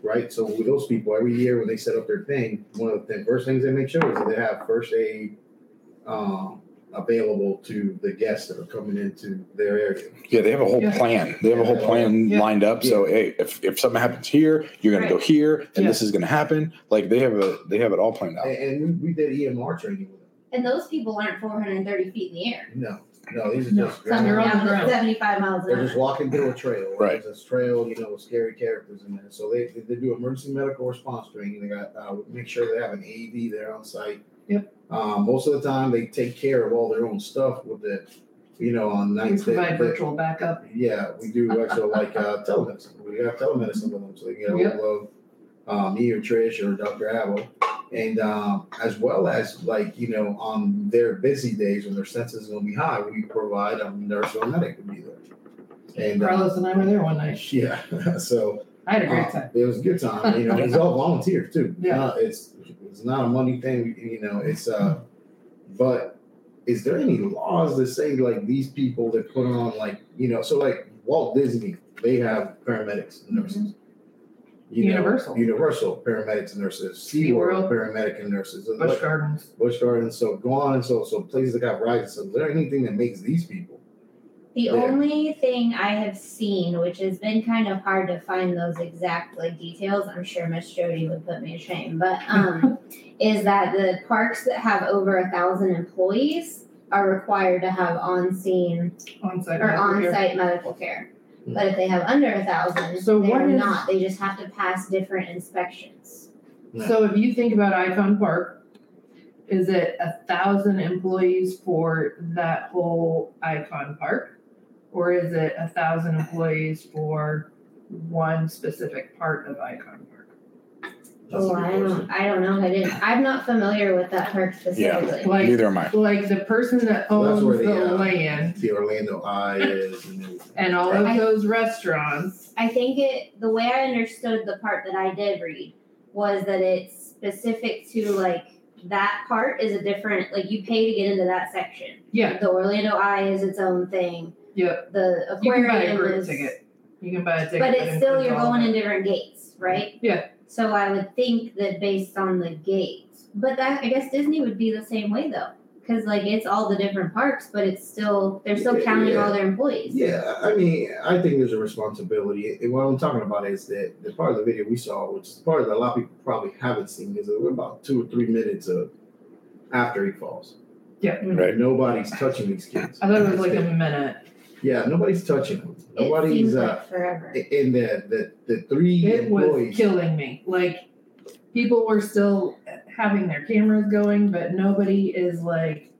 Right, so with those people, every year when they set up their thing, one of the first things they make sure is that they have first aid um, available to the guests that are coming into their area.
Yeah, they have a whole
Yeah.
plan. They have a whole plan
Yeah.
lined up. So hey, if, if something happens here, you're gonna go
Right.
here, and
Yeah.
this is gonna happen. Like they have a they have it all planned out.
And, and we, we did EMR training with them.
And those people aren't 430 feet in the air.
No, no, these are
No,
just
Some
they're
are
on the
down to
ground.
75 miles an
They're just
hour.
walking through a trail.
Right.
There's this trail, you know, with scary characters in there. So they, they, they do emergency medical response training. They got uh, make sure they have an AED there on site.
Yep.
Um, most of the time, they take care of all their own stuff with the, you know, on
We
nights that,
provide
that-
virtual backup.
Yeah, we do actually like uh, telemedicine. We have telemedicine with them, so they can get a
Yep.
hold of um, me or Trish or Dr. Abel, and um, as well as like you know on their busy days when their census is going to be high, we provide a nurse or medic to be there. And uh,
Carlos and I were there one night.
yeah, so
I had a
uh,
great time.
It was a good time. You know, it's all volunteers too.
Yeah.
Uh, it's it's not a money thing. You know, it's uh, but is there any laws that say like these people that put on like you know so like Walt Disney they have paramedics and nurses. Oh, You know,
Mm-hmm. Universal.
Universal paramedics and nurses. SeaWorld
SeaWorld.
paramedic and nurses.
Busch Gardens.
Bush Gardens. So go on and so so places that got rights. So is there anything that makes these people?
The
Yeah.
only thing I have seen, which has been kind of hard to find those exact like details, I'm sure Miss Jody would put me to shame, but um, is that the parks that have over a thousand employees are required to have on-scene
On-site.
or
medical care.
on-site medical care.
Mm.
But if they have under a thousand,
So
they
what
are
is-
not. They just have to pass different inspections.
So if you think about Icon Park, is it a thousand employees for that whole Icon Park? Or is it a thousand employees for one specific part of Icon Park?
That's a
oh,
good
I
question.
don't. I don't know. I didn't. I'm not familiar with that park specifically.
Like,
Neither am I.
like the person that
Well, that's
owns
where the,
the
uh,
land
The Orlando Eye is and everything.
and all
Right.
of those restaurants,
I think it. The way I understood the part that I did read was that it's specific to like that part is a different. Like you pay to get into that section.
yeah,
The Orlando Eye is its own thing.
Yep.
The
you can
aquarium
buy a group
is
ticket. You can buy a ticket.
But
that
it's still,
includes
you're
all of
going in
it.
different gates, right?
Yeah.
So I would think that based on the gate, but that, I guess Disney would be the same way though. Cause like it's all the different parks, but it's still, they're still
Yeah,
counting
yeah.
all their employees.
Yeah, I mean, I think there's a responsibility. And what I'm talking about is that the part of the video we saw, which is part that a lot of people probably haven't seen, is that we're about two or three minutes of after he falls.
Right.
Nobody's touching these kids.
I thought it was like a minute.
yeah, nobody's touching them.
It seems
Nobody's uh,
like forever.
in the the the three
It was
employees.
killing me. Like people were still having their cameras going, but nobody is like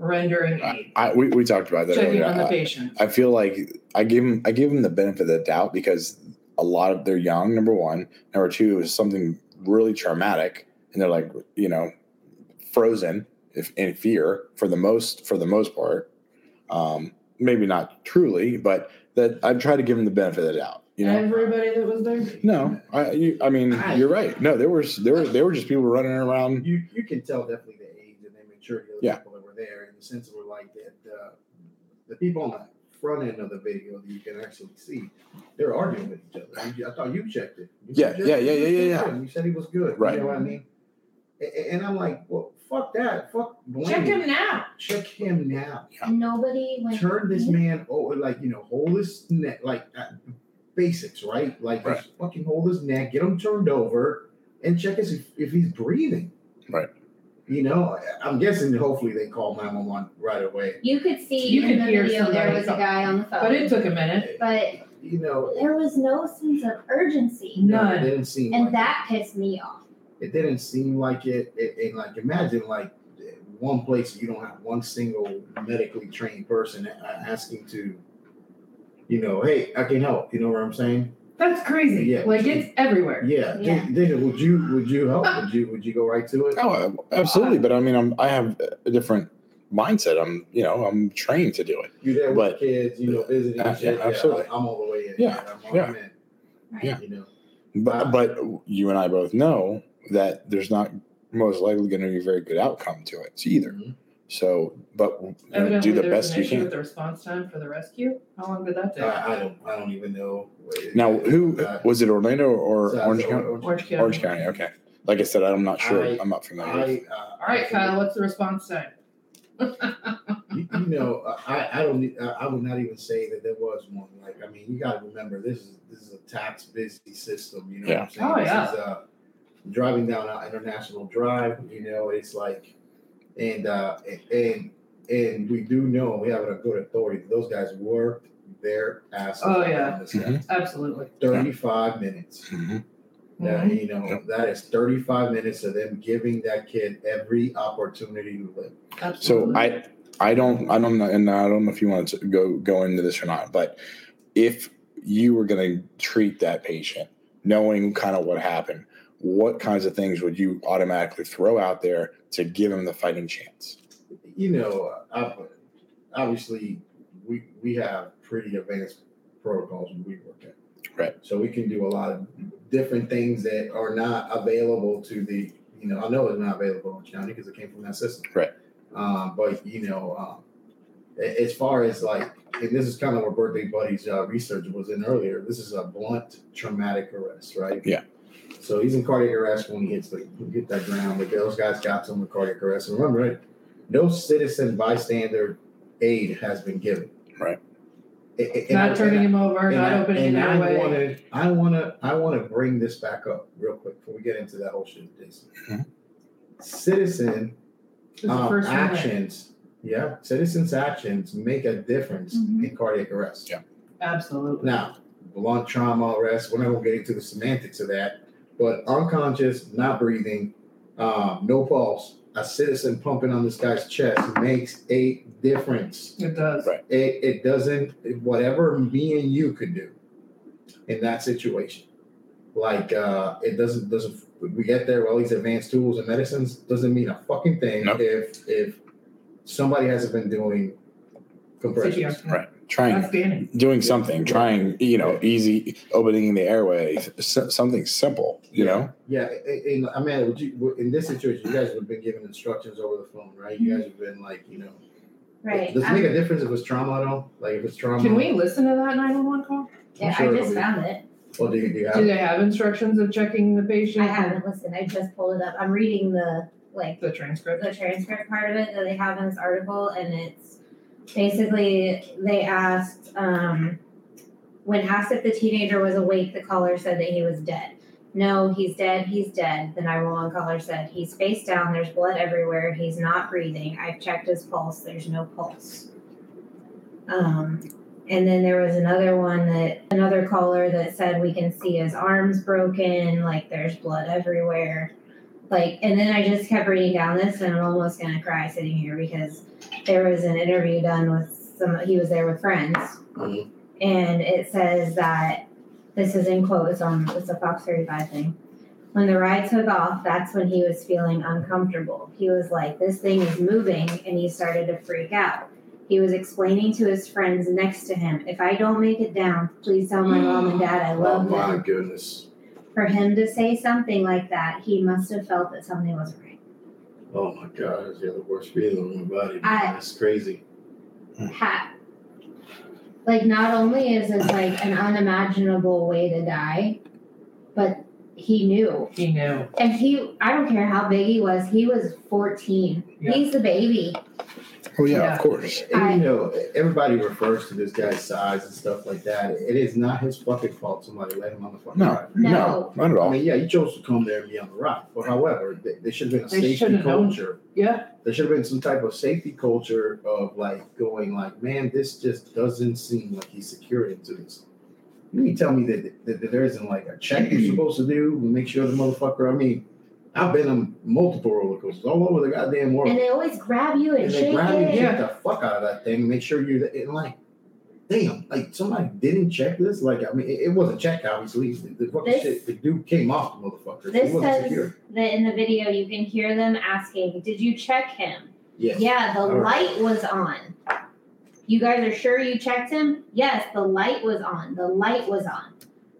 rendering
I,
aid,
I we, we talked about that
checking
earlier.
on the
I,
patient.
I feel like I give them I give them the benefit of the doubt because a lot of they're young. Number one, number two is something really traumatic, and they're like you know frozen if, in fear for the most for the most part. Um, maybe not truly, but that I've tried to give them the benefit of the doubt. You know,
Everybody that was there.
No, I you, I mean
I-
you're right. No, there was there were there were just people running around.
you you can tell definitely the age and the maturity of the
Yeah.
people that were there, and the sense were like that. Uh, the people on the front end of the video that you can actually see, they're arguing with each other. You- I thought you checked it. You
Yeah,
said,
yeah, yeah, yeah, yeah,
You said he was good.
Right.
You know what I mean? A- a- And, I'm like, well, fuck that. Fuck Blaine.
Check him now.
Check him now.
Nobody went.
Turn this man over, like you know, hold his neck, like uh, basics, right? Like
Right.
just fucking hold his neck, get him turned over, and check his if, if he's breathing. You know, I'm guessing hopefully they call 911 right away.
You could see
You
in
could
the
hear
video there
somebody
was a
talk.
guy on the phone,
But it took a minute.
but
You know,
there was no sense of urgency,
no,
None.
it didn't seem like
and that pissed me off.
it. It didn't seem like it. it, it- like imagine like one place you don't have one single medically trained person a- asking to, you know, hey, I can help. You know what I'm saying?
That's crazy.
Yeah.
like it's everywhere.
Yeah. They-
Yeah.
they- would you would you help? Would you would you go right to it?
Oh, absolutely. But I mean, I'm I have a different mindset. I'm you know I'm trained to do it.
You there with
But-
kids? You know, visiting.
Uh,
and shit,
yeah, absolutely.
I'm all the way in.
Yeah,
I'm, all
yeah.
in,
Right.
Yeah.
You know.
But but you and I both know that there's not most likely going to be a very good outcome to it either.
Mm-hmm.
So, but you know,
Evidently,
do the
there's
best
an
you
issue
can.
With the response time for the rescue. How long did that take?
I, I don't. I don't even know.
Now, who
Uh,
was it? Orlando or
so-
Orange
so-
County?
Orange County.
Orange County. Okay. Like I said, I'm not sure.
I-
I, am not familiar.
I, uh,
All right, Kyle. What's the response time?
You, you know, I, I don't. e, I I would not even say that there was one. Like, I mean, you got to remember this is this is a tax busy system. You know what I'm saying?
Yeah. Oh,
this
yeah.
Is, uh, driving down uh, International Drive, you know, it's like, and uh, and and we do know we have a good authority. Those guys worked their ass
Oh,
off
yeah.
on this guy.
Absolutely.
Thirty-five minutes.
Mhm.
Now,
Mhm.
you know, that is 35 minutes of them giving that kid every opportunity to live.
Absolutely.
So I, I don't, I don't know, and I don't know if you want to go go into this or not, but if you were going to treat that patient, knowing kind of what happened, what kinds of things would you automatically throw out there to give him the fighting chance?
you know, I, obviously we we have pretty advanced protocols when we work at.
Right.
So we can do a lot of different things that are not available to the, you know, I know it's not available in county because it came from that system.
Right.
Um, but you know, um, a- as far as like, and this is kind of what Birthday Buddy's uh, research was in earlier. This is a blunt traumatic arrest, right?
Yeah.
So he's in cardiac arrest when he hits the hit that ground. But those guys got some with cardiac arrest. And remember, no citizen bystander aid has been given.
Right.
A- a- and I-
not turning him over,
and
not
I-
opening
and
him
I
away.
wanna- I want to, I want to bring this back up real quick before we get into that whole shit, Jason.
Mhm.
Citizen
This is the
um,
first one.
actions, yeah, citizens' actions make a difference
Mm-hmm.
in cardiac arrest.
Yeah.
Absolutely.
Now, blunt trauma arrest, we're not gonna get into the semantics of that, but unconscious, not breathing, um, no pulse, a citizen pumping on this guy's chest makes a difference.
It does.
Right.
It, it doesn't, whatever me and you could do in that situation. Like, uh, it doesn't, doesn't, we get there with all these advanced tools and medicines, doesn't mean a fucking thing
Nope.
if, if somebody hasn't been doing compressions.
CPR.
Right. Trying,
Outstanding.
doing something, trying, you know, easy opening the airway, s- something simple, you know.
Yeah, a- and I mean, would you would- in this situation, you guys would have been given instructions over the phone, right? You guys have been like, you know,
Right.
does it
I'm-
make a difference if it's trauma at all? Like if it's
Um,
trauma,
Can we listen to that 911 call?
yeah,
sure
I
it'll
just
be-
found it.
Well, do you, do you
Do
have?
they have instructions of checking the patient?
I haven't listened. I just pulled it up. I'm reading the like
The transcript.
the transcript part of it that they have in this article, and it's basically they asked um, when asked if the teenager was awake, the caller said that he was dead. No, he's dead. He's dead. The 911 caller said he's face down. There's blood everywhere. He's not breathing. I've checked his pulse. There's no pulse. Um, and then there was another one that another caller that said we can see his arms broken. Like there's blood everywhere like and then i just kept reading down this and i'm almost going to cry sitting here because there was an interview done with some he was there with friends
Mhm.
and it says that this is in quotes on it's a fox 35 thing when the ride took off that's when he was feeling uncomfortable he was like this thing is moving and he started to freak out he was explaining to his friends next to him if i don't make it down please tell my mom and dad i
Oh
love them
my goodness.
for him to say something like that, he must have felt that something was right.
Oh my god, that's the other worst feeling in my body.
I-
That's crazy.
Ha- like, not only is this like an unimaginable way to die, but he knew.
He knew.
And he, I don't care how big he was, he was 14.
Yeah.
He's the baby.
Oh yeah,
Yeah.
of course.
I-
And, you know, everybody refers to this guy's size and stuff like that. It is not his fucking fault somebody let him on the fucking
No.
ride.
No.
not at
I
all.
mean, yeah, you chose to come there and be on the rock. But however, th- there should have been a
They
safety
should've known.
culture.
Yeah.
There should have been some type of safety culture of like going like, man, this just doesn't seem like he's secure into this. You mean tell me that, that, that there isn't like a check you're supposed to do and make sure the motherfucker. I mean, I've been on multiple roller coasters all over the goddamn world.
And they always grab you and,
And
shake
they grab you
it.
and kick the fuck out of that thing and make sure you're in like, damn, like somebody didn't check this. Like, I mean, it, it wasn't checked, obviously. The, the fucking
This-
shit, the dude came off the motherfucker.
This
he wasn't
says
secure.
that in the video you can hear them asking, Did you check him?
Yes.
Yeah, the
All right.
light was on. You guys are sure you checked him? Yes, the light was on. The light was on.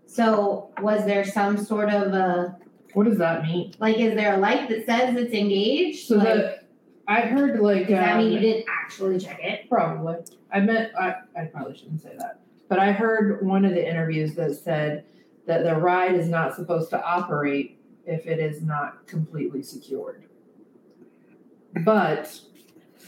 So, was there some sort of a
What does that mean?
like? Is there a light that says it's engaged?
So
like,
the I heard like
does that mean you
um,
didn't actually check it?
Probably. I meant I, I probably shouldn't say that. But I heard one of the interviews that said that the ride is not supposed to operate if it is not completely secured. But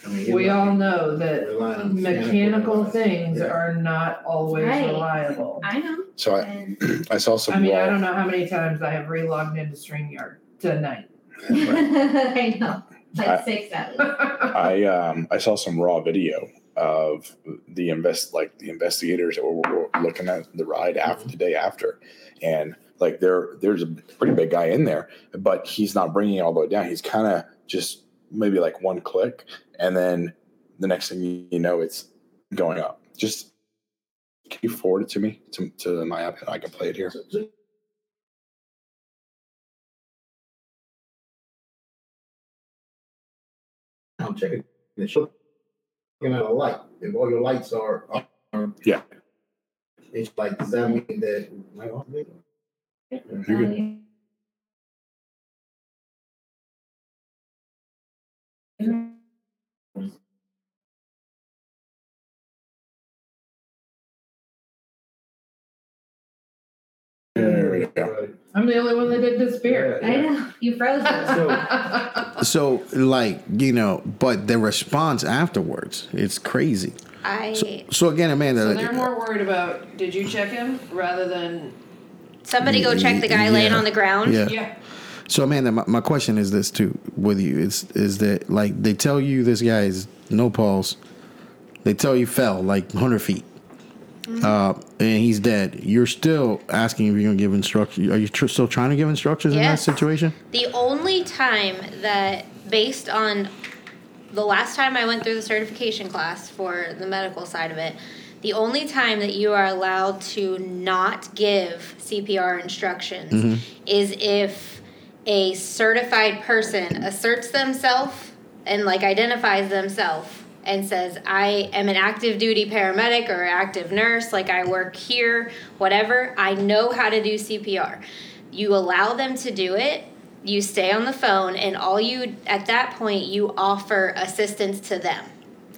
I mean, he
we
was
all know that
relying on
Um, mechanical things
Yeah.
are not always
Right.
reliable.
I know.
So I,
And
I saw some
I mean,
wall.
I don't know how many times I have relogged into StreamYard tonight.
I know, like
I-
six out of
yeah.
I um I saw some raw video of the invest like the investigators that were, were looking at the ride after the day after, and like there there's a pretty big guy in there, but he's not bringing it all the way down. He's kind of just maybe like one click, and then the next thing you know, it's going up. Just can you forward it to me to, to my app and I can play it here?
So, so I'm checking the shit. Looking at a light. If all your lights are on.
Yeah.
It's like, does that mean that? am I off video?
You're good.
them.
There we go.
I'm the only one that did disappear.
I know you froze. it.
So, like, you know, but the response afterwards, it's crazy.
I
So, again, Amanda,
So
like,
they're more worried about did you check him rather than
somebody go check the guy laying
Yeah.
on the ground.
yeah.
yeah.
So, Amanda, my, my question is this too with you is is that like they tell you this guy is no pulse, they tell you fell like hundred feet,
Mm-hmm.
uh, and he's dead. You're still asking if you're gonna give instructions. Are you tr- still trying to give instructions in that
Yes.
situation?
The only time that, based on the last time I went through the certification class for the medical side of it, the only time that you are allowed to not give CPR instructions is if a certified person asserts themselves and like identifies themselves and says i am an active duty paramedic or active nurse like i work here whatever i know how to do cpr you allow them to do it you stay on the phone and all you at that point you offer assistance to them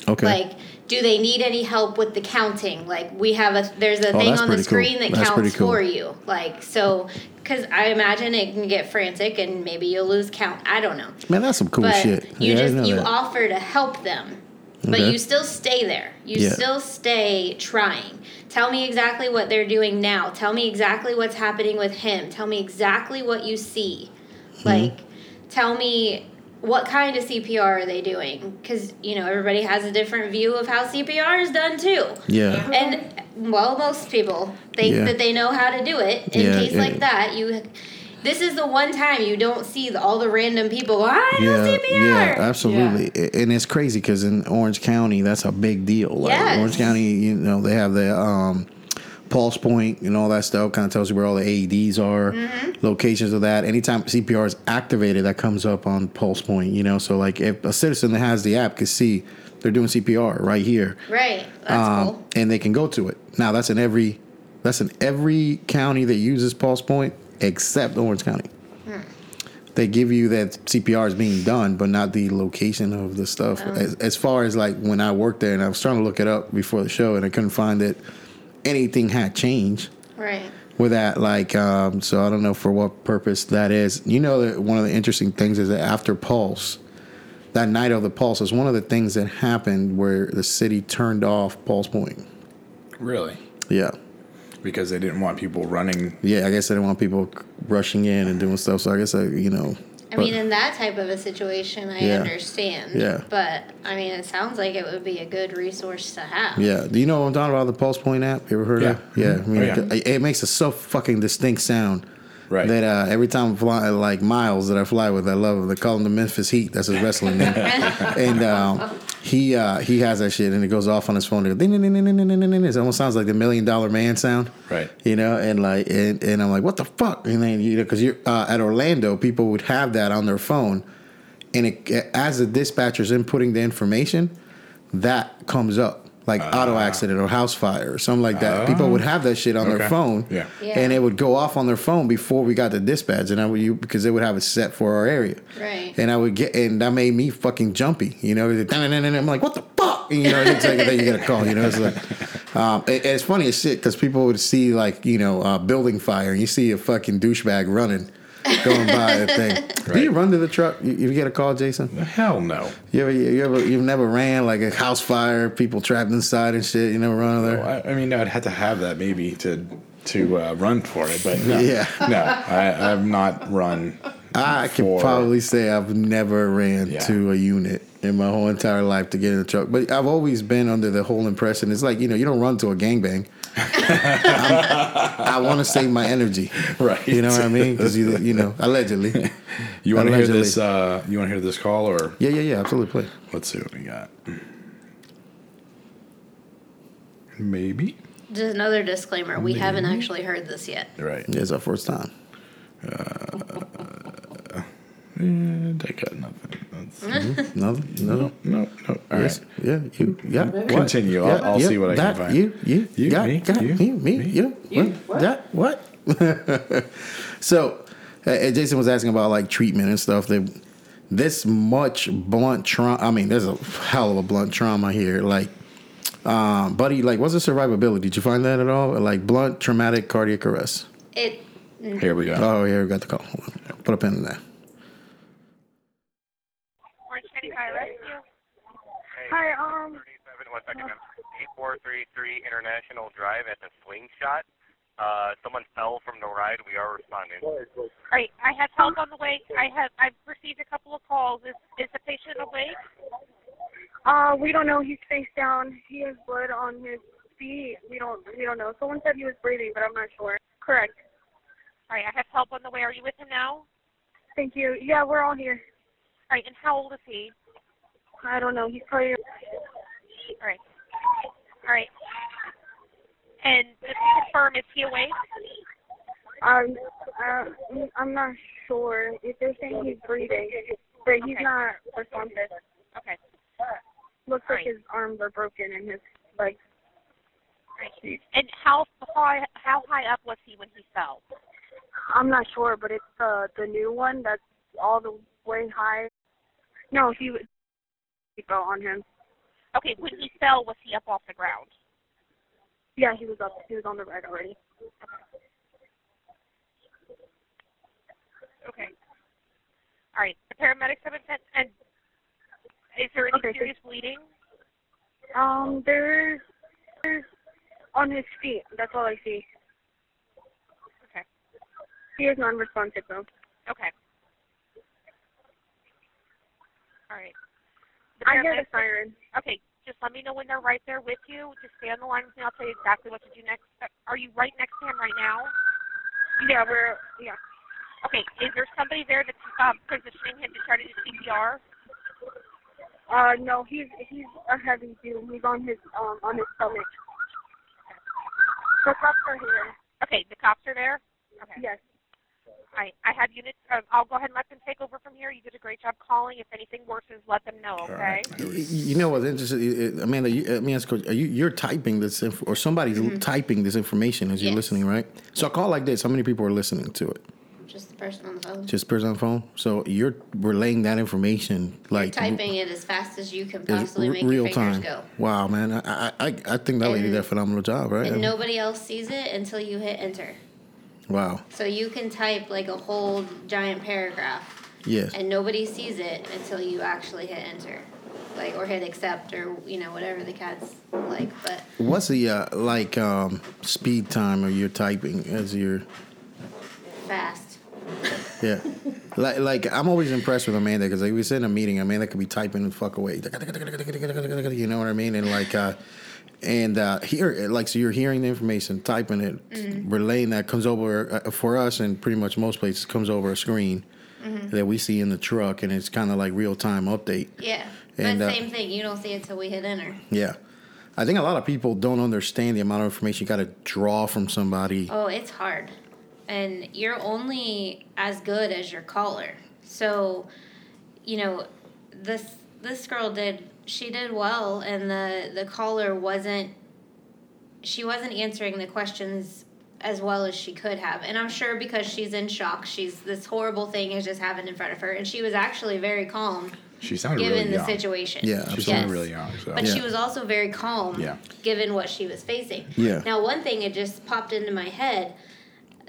Okay.
like do they need any help with the counting like we have a there's a
Oh,
thing
that's
on the
pretty cool.
screen that
That's pretty
counts
cool.
for you like so because i imagine it can get frantic and maybe you'll lose count i don't know
Man, that's some cool
but
shit. Yeah,
you
I didn't know
just you
that.
offer to help them but
Okay.
you still stay there you
Yeah.
still stay trying tell me exactly what they're doing now tell me exactly what's happening with him tell me exactly what you see like tell me what kind of cpr are they doing because you know everybody has a different view of how cpr is done too
yeah.
and well most people think
Yeah.
that they know how to do it in
Yeah,
case
yeah.
like that you
This is the one time you don't see the, all the random people
"Oh,
go, I do
yeah, yeah,
CPR.
absolutely. A- And it's crazy because in Orange County, that's a big deal. Like
Yes.
Orange County, you know, they have the um, pulse point and all that stuff. Kind of tells you where all the AEDs are,
Mm-hmm.
locations of that. Anytime CPR is activated, that comes up on pulse point. You know, so like if a citizen that has the app can see they're doing CPR right here,
Right. That's
um,
cool.
and they can go to it. Now that's in every that's in every county that uses Pulse Point except Orange County. They give you that CPR is being done, but not the location of the stuff. As, as far as like when I worked there, and I was trying to look it up before the show, and I couldn't find it. Anything had changed
Right.
with that. Like, um, so I don't know for what purpose that is. You know, that one of the interesting things is that after Pulse, that night of the Pulse is one of the things that happened where the city turned off Pulse Point.
Really?
Yeah.
Because they didn't want people running.
Yeah, I guess they didn't want people rushing in and doing stuff. So I guess I, you know.
I
but-
mean, in that type of a situation, I
Yeah.
understand.
Yeah.
But I mean, it sounds like it would be a good resource to have.
yeah. Do you know what I'm talking about? The Pulse Point app? You ever heard of it?
Yeah.
Yeah. I
Mhm.
mean,
Oh, yeah.
It, it makes a so fucking distinct sound.
Right.
That uh, every time I fly, like Miles that I fly with, I love him. They call him the Memphis Heat. That's his wrestling name. and um, he uh, he has that shit, and it goes off on his phone. It goes, "Ding, ding, ding, ding, ding, ding, ding, ding." It almost sounds like the Million Dollar Man sound.
Right.
You know, and like, and, and I'm like, what the fuck? And then you know, because you're uh, at Orlando, people would have that on their phone, and it, as the dispatcher's inputting the information, that comes up like
Ah.
auto accident or house fire or something like that. people would have that shit on their
Okay.
phone,
Yeah.
Yeah.
and it would go off on their phone before we got the dispatch, and I would you because they would have it set for our area,
Right.
And I would get, and that made me fucking jumpy, you know. It- I'm like, what the fuck, And, you know. It's like then you get a call, you know. It's like, um, it- it's funny as shit because people would see like you know uh, building fire, and you see a fucking douchebag running. Going by the thing. Do you
Right.
run to the truck? You, you get a call, Jason?
Hell no.
You ever, you ever, you've never ran like a house fire, people trapped inside and shit. You never run over there.
I, I mean, I'd have to have that maybe to to uh, run for it, but no.
Yeah.
No, I, I've not run.
I can
for-
probably say I've never ran
Yeah.
to a unit in my whole entire life to get in a truck. But I've always been under the whole impression it's like you know you don't run to a gangbang. I'm- I want to save my energy,
Right.
You know what I mean? Because you, you know, allegedly.
You want to hear
Allegedly.
this? Uh, you want to hear this call, or
Yeah, yeah, yeah, absolutely. Play.
let's see what we got. Maybe.
Just another disclaimer: we haven't actually heard this yet.
Right.
Yeah, it's our first time.
And I got nothing. That's,
Mm-hmm.
No, no.
no, no, no. All right.
Yes. Yeah. You. Yeah. What?
Continue. I'll- I'll see what I can
that,
find.
You. You.
You,
yeah,
me,
yeah,
you,
you, me.
me.
You.
You,
What?
what?
That. What? so, uh, uh, Jason was asking about like treatment and stuff. That this much blunt trauma. I mean, there's a hell of a blunt trauma here. Like, um, buddy, like, what's the survivability? Did you find that at all? Like blunt traumatic cardiac arrest.
It
Here we go.
Oh, here we got the call. Hold on. Put a pin in there.
Orange County Fire Rescue. Hi, um.
37, one second, ma'am. 8433 International Drive at the Slingshot. Uh, someone fell from the ride. We are responding.
Great. I have help on the way. I have. I've received a couple of calls. Is is the patient awake? Uh, we don't know. He's face down. He has blood on his feet. We don't. We don't know. Someone said he was breathing, but I'm not sure. Correct.
All right, I have help on the way. Are you with him now?
Thank you. Yeah, we're all here.
All right, and how old is he?
I don't know. He's probably.
All right. All right. And just to confirm, is he awake?
Um. Uh, I'm not sure. If they're saying he's breathing, but he's
Okay.
not responsive.
Okay.
Looks like
Right.
his arms are broken and his legs.
All right. And how high how high up was he when he fell?
I'm not sure, but it's the the new one that's all the way high. No, he was he fell on him.
Okay, when he fell, was he up off the ground?
Yeah, he was up. He was on the ride already.
Okay. All right. The paramedics have been sent. And is there any
Okay, so-
serious bleeding?
Um, there's, there's on his feet. That's all I see.
Okay.
He is non-responsive though.
Okay. All right. The
I hear the
paramedics-
siren.
Okay, just let me know when they're right there with you. Just stay on the line with me. I'll tell you Uh, exactly what to do next. Are you right next to him right now?
Yeah, we're yeah. Okay, is there somebody there that's um, positioning him to try to do CPR?
Uh, no, he's he's a heavy dude. He's on his um on his stomach. The cops are here.
Okay, the cops are there. Okay.
Yes.
I I have units. Um, I'll go ahead and let them take over from here. You did a great job calling. If anything worsens, let them know. Okay.
right.
Y- You know what's interesting, uh, Amanda? You, let me ask you: Are you you're typing this, inf- or somebody's typing this information as you're
Mm-hmm. Yes.
listening, right? So a call like this, how many people are listening to it?
Just the person on the phone.
Just person on the phone. So you're relaying that information like
Typing it as fast as you can
r-
possibly
r-
make
real
your fingers
time.
go.
Wow, man, I I, I I think that lady did a phenomenal job, right?
And nobody else sees it until you hit enter.
wow.
So you can type like a whole giant paragraph
Yes.
and nobody sees it until you actually hit enter. Like or hit accept or you know, whatever the cat's like. But
What's the uh, like um, speed time of your typing as you're?
fast.
Yeah. Like, like I'm always impressed with Amanda because like we sit in a meeting, Amanda could be typing and fuck away. You know what I mean? And like, uh, and uh, here, like, so you're hearing the information, typing it,
Mm-hmm.
relaying that comes over uh, for us, and pretty much most places comes over a screen
Mm-hmm.
that we see in the truck, and it's kind of like real time update.
Yeah.
And,
but
uh,
same thing, you don't see it till we hit enter.
Yeah. I think a lot of people don't understand the amount of information you got to draw from somebody.
Oh, it's hard. And you're only as good as your caller. So, you know, this this girl did she did well and the the caller wasn't she wasn't answering the questions as well as she could have. And I'm sure because she's in shock, she's this horrible thing has just happened in front of her and she was actually very calm
She sounded
given
really
the
young.
situation.
Yeah,
She
Yes.
sounded really young. So.
But she was also very calm,
Yeah.
given what she was facing.
Yeah.
Now, one thing it just popped into my head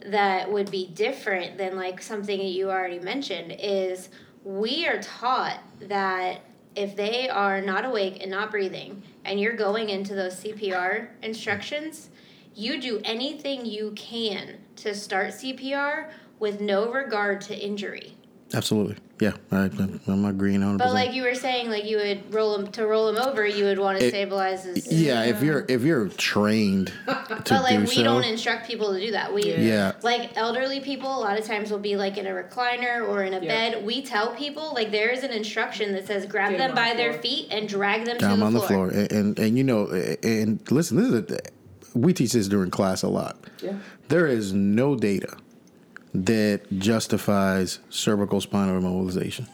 that would be different than like something that you already mentioned is we are taught that if they are not awake and not breathing, and you're going into those CPR instructions, you do anything you can to start CPR with no regard to injury.
Absolutely. Yeah. I, I'm- I'm agreeing 100%.
But like you were saying, like you would roll him to roll him over, you would want to
It-
stabilize his.
Yeah, if you're if you're trained to
But like
do
we
so,
don't instruct people to do that. We
Yeah.
like elderly people a lot of times will be like in a recliner or in a
Yeah.
bed. We tell people like there is an instruction that says grab
Get 'em
them
on
by
the
their
floor.
feet and drag them to
down
the
on the
floor.
floor, and, and and you know, and listen, this is a, we teach this during class a lot.
Yeah.
There is no data that justifies cervical spinal immobilization.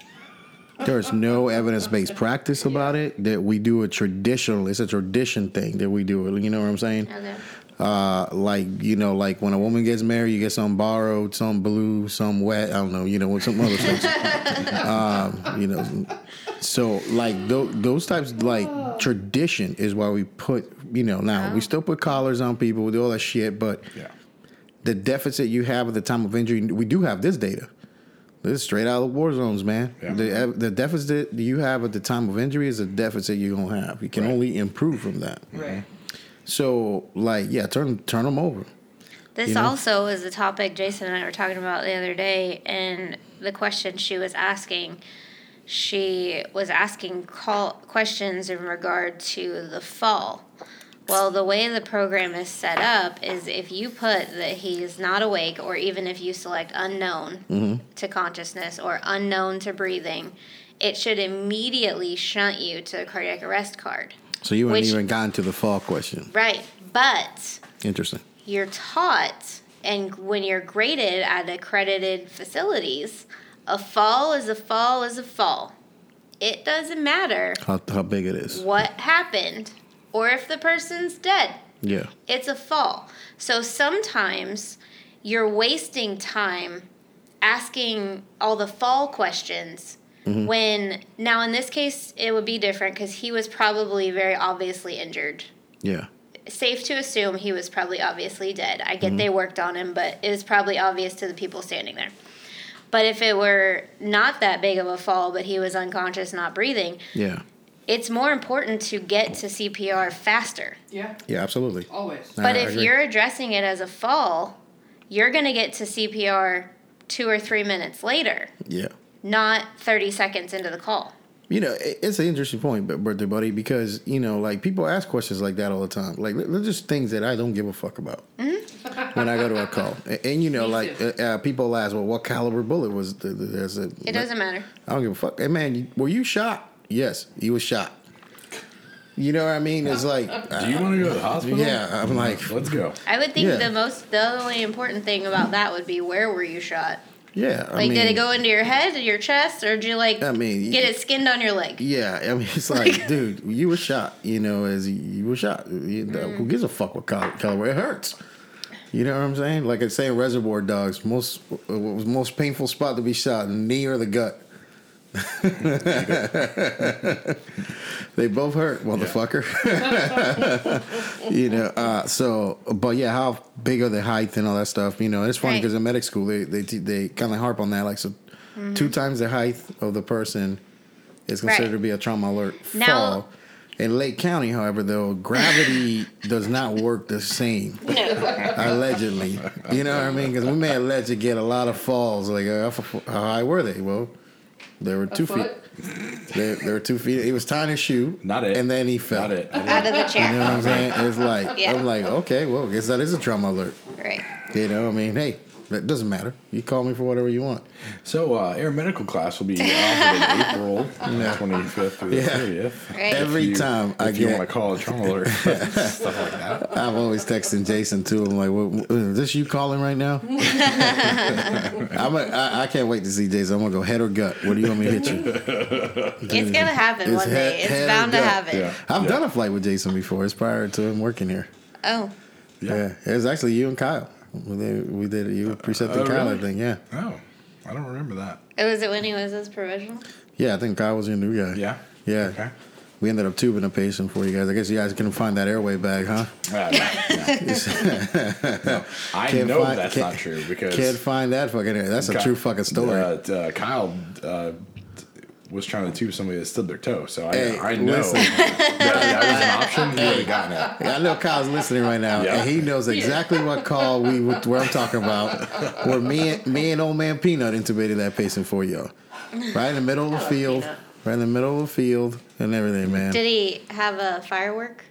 There is no evidence based practice about it that we do a traditional. It's a tradition thing that we do it. You know what I'm saying?
Okay.
uh, like you know, like when a woman gets married, you get some borrowed, some blue, some wet. I don't know, you know, with some other stuff. um, you know, so like those, those types, like tradition is why we put, you know, now we still put collars on people, we do all that shit, but
yeah.
the deficit you have at the time of injury, we do have this data. This is straight out of the war zones, man.
Yeah.
The, e, the deficit you have at the time of injury is a deficit you're gonna have. You can only improve from that.
Right.
So, like, yeah, turn turn them over.
This
You know?
also is a topic Jason and I were talking about the other day, and the question she was asking, she was asking call questions in regard to the fall. Well, the way the program is set up is if you put that he is not awake, or even if you select unknown
Mm-hmm.
to consciousness or unknown to breathing, it should immediately shunt you to a cardiac arrest card.
So you haven't
Which-
even gotten to the fall question.
Right, but
Interesting.
you're taught and when you're graded at accredited facilities a fall is a fall is a fall it doesn't matter
How, how big it is.
what happened or if the person's dead
Yeah.
it's a fall so sometimes you're wasting time asking all the fall questions when now in this case it would be different because he was probably very obviously injured
Yeah.
safe to assume he was probably obviously dead. I
Mm-hmm.
get they worked on him, but it was probably obvious to the people standing there. But if it were not that big of a fall, but he was unconscious, not breathing,
Yeah.
it's more important to get to CPR faster.
Yeah.
Yeah, absolutely.
Always.
But
Uh, I
if
agree.
you're addressing it as a fall, you're going to get to CPR two or three minutes later,
Yeah.
not 30 seconds into the call.
You know, it, it's an interesting point, but birthday buddy, because you know, like people ask questions like that all the time. Like, they're just things that I don't give a fuck about.
Mm-hmm.
when I go to a call. And, and you know,
Me
like uh,
too.
uh, people ask, well, what caliber bullet was the, the, there's a,
It doesn't matter.
I don't give a fuck. Hey man, you, were you shot? Yes, you were shot. You know what I mean? It's like, uh,
Do you want to go to the hospital?
yeah, I'm like,
Let's go.
I would think
Yeah.
the most, the only important thing about that would be where were you shot?
yeah. I
Like,
mean,
did it go into your head, your chest, or did you like
I mean, you-
get it skinned on your leg?
Yeah, I mean, it's like, dude, you were shot. You know, as you- you were shot. You know, Who gives a fuck what col- caliber? It hurts. You know what I'm saying? Like I say in Reservoir Dogs, most what was the most painful spot to be shot, the knee or the gut. they both hurt, motherfucker. you know, uh, so but yeah, how big are the height and all that stuff? You know, it's funny
Right.
because in medic school they they, te- they kind of harp on that. Like so, two times the height of the person is considered
Right.
to be a trauma alert fall.
Now-
in Lake County, however, though gravity does not work the same allegedly. You know what I mean? Because we may allegedly get a lot of falls. Like, uh, how high were they? Well, they were two feet.
foot?
They, they were two feet. He was tying his shoe.
Not it.
And then he fell.
Got it.
Out of
You
the
know
chair.
what I'm saying? It's like
Yeah.
I'm like, okay, well, guess that is a trauma alert.
Right.
You know, I mean, hey, that doesn't matter. You call me for whatever you want.
So, uh, air medical class will be offered in April, twenty fifth through the
Yeah.
thirtieth.
Right.
Every time
if
I
you want
get,
to call a trauma alert, stuff like that.
I'm always texting Jason too. I'm like, what, is this you calling right now? I'm a, I, I can't wait to see Jason. I'm gonna go head or gut. What do you want me to hit you?
It's gonna happen
It's
one day.
head-
It's
head
bound to
or gut.
happen.
Yeah.
I've done a flight with Jason before. It's prior to him working here.
Oh,
Yeah, it was actually you and Kyle. We did, we did you precepted
oh,
Kyle. I
really?
think. Yeah,
Oh, I don't remember that.
it was Oh, it when he was his provisional.
yeah. I think Kyle was your new guy.
Yeah.
Yeah.
Okay.
We ended up tubing a patient for you guys. I guess you guys couldn't find that airway bag, huh?
Uh, no, no. No, I
Can't
know
find-
that's
can't-
not true because
Can't find that fucking. air- That's a
Ky-
true fucking story.
Uh, t- uh, Kyle uh, t- was trying to tube somebody that stood their toe, so I,
Hey,
I know
listen.
that, that was an option. He would have gotten it.
I know Kyle's listening right now,
Yeah.
and he knows exactly what call we what I'm talking about. Where me and me and old man Peanut intubated that patient for you, right in the middle of the field,
Peanut.
right in the middle of the field, and everything, man.
Did he have a firework?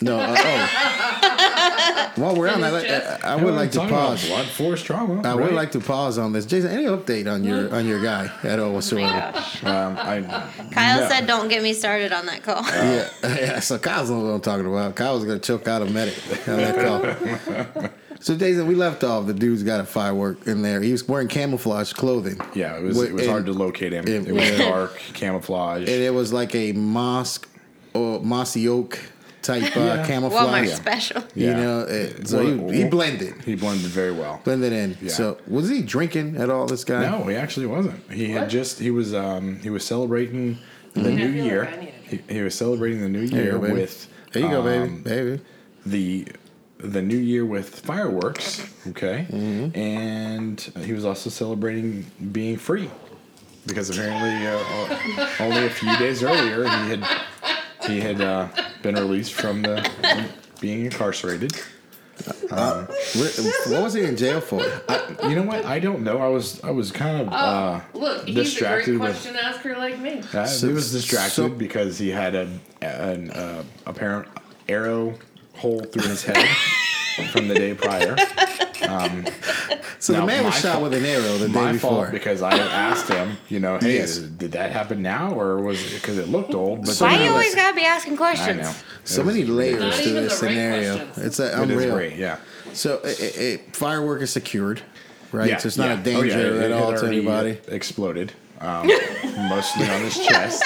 No. Uh, oh. While we're on, I, like- I, I would like to
Talking about
pause.
Blood force trauma.
I
right?
would like to pause on this, Jason. Any update on your on your guy at all whatsoever?
Um, I,
Kyle
no.
said, "Don't get me started on that call."
Mm, Yeah, yeah. So Kyle's not what I'm talking about. Kyle's gonna choke out a medic on that call. So Jason, we left off. The dude's got a firework in there. He was wearing camouflage clothing.
Yeah, it was,
Wa-
it was
and-
hard to locate him.
it-
It, was dark, camouflage.
And it was like a mosque or mossy oak type uh,
Yeah.
Walmart
camouflage.
special.
You
Yeah.
know, it, so
Well,
he, he blended,
He blended very well.
blended in.
Yeah.
So was he drinking at all? This guy?
No, he actually wasn't. He had
What?
just he was um he was celebrating the new
feel like
year.
I needed
he, he was celebrating the new
you
year
go, baby.
with
There you go, baby,
um,
baby.
the the new year with fireworks, okay?
Mm-hmm.
And he was also celebrating being free because apparently uh, o- only a few days earlier he had he had uh, been released from the being incarcerated.
What, what was he in jail for?
You know what? I don't know. I was I was kind of uh,
Oh, Look, he's
distracted
a great
with-
question asker like me.
I
So-
was distracted
so-
because he had an, an uh, apparent arrow hole through his head from the day prior.
So the
No,
man was
my
shot
fault.
with an arrow the
My
day
fault
before.
because I asked him, you know, hey,
Yes.
did that happen now or was it because it looked old? But
Why
then
you
I
always
was-
gotta be asking
I
questions?
know.
so many layers
Not
to
even
this
the right
scenario.
questions.
It's uh,
It is
unreal.
great, yeah.
So it, it, it, firework is secured, right?
yeah.
so it's not
yeah.
a
Oh,
danger
yeah, it-
at
it
all
had
to
already
anybody.
Exploded, um, mostly on his chest.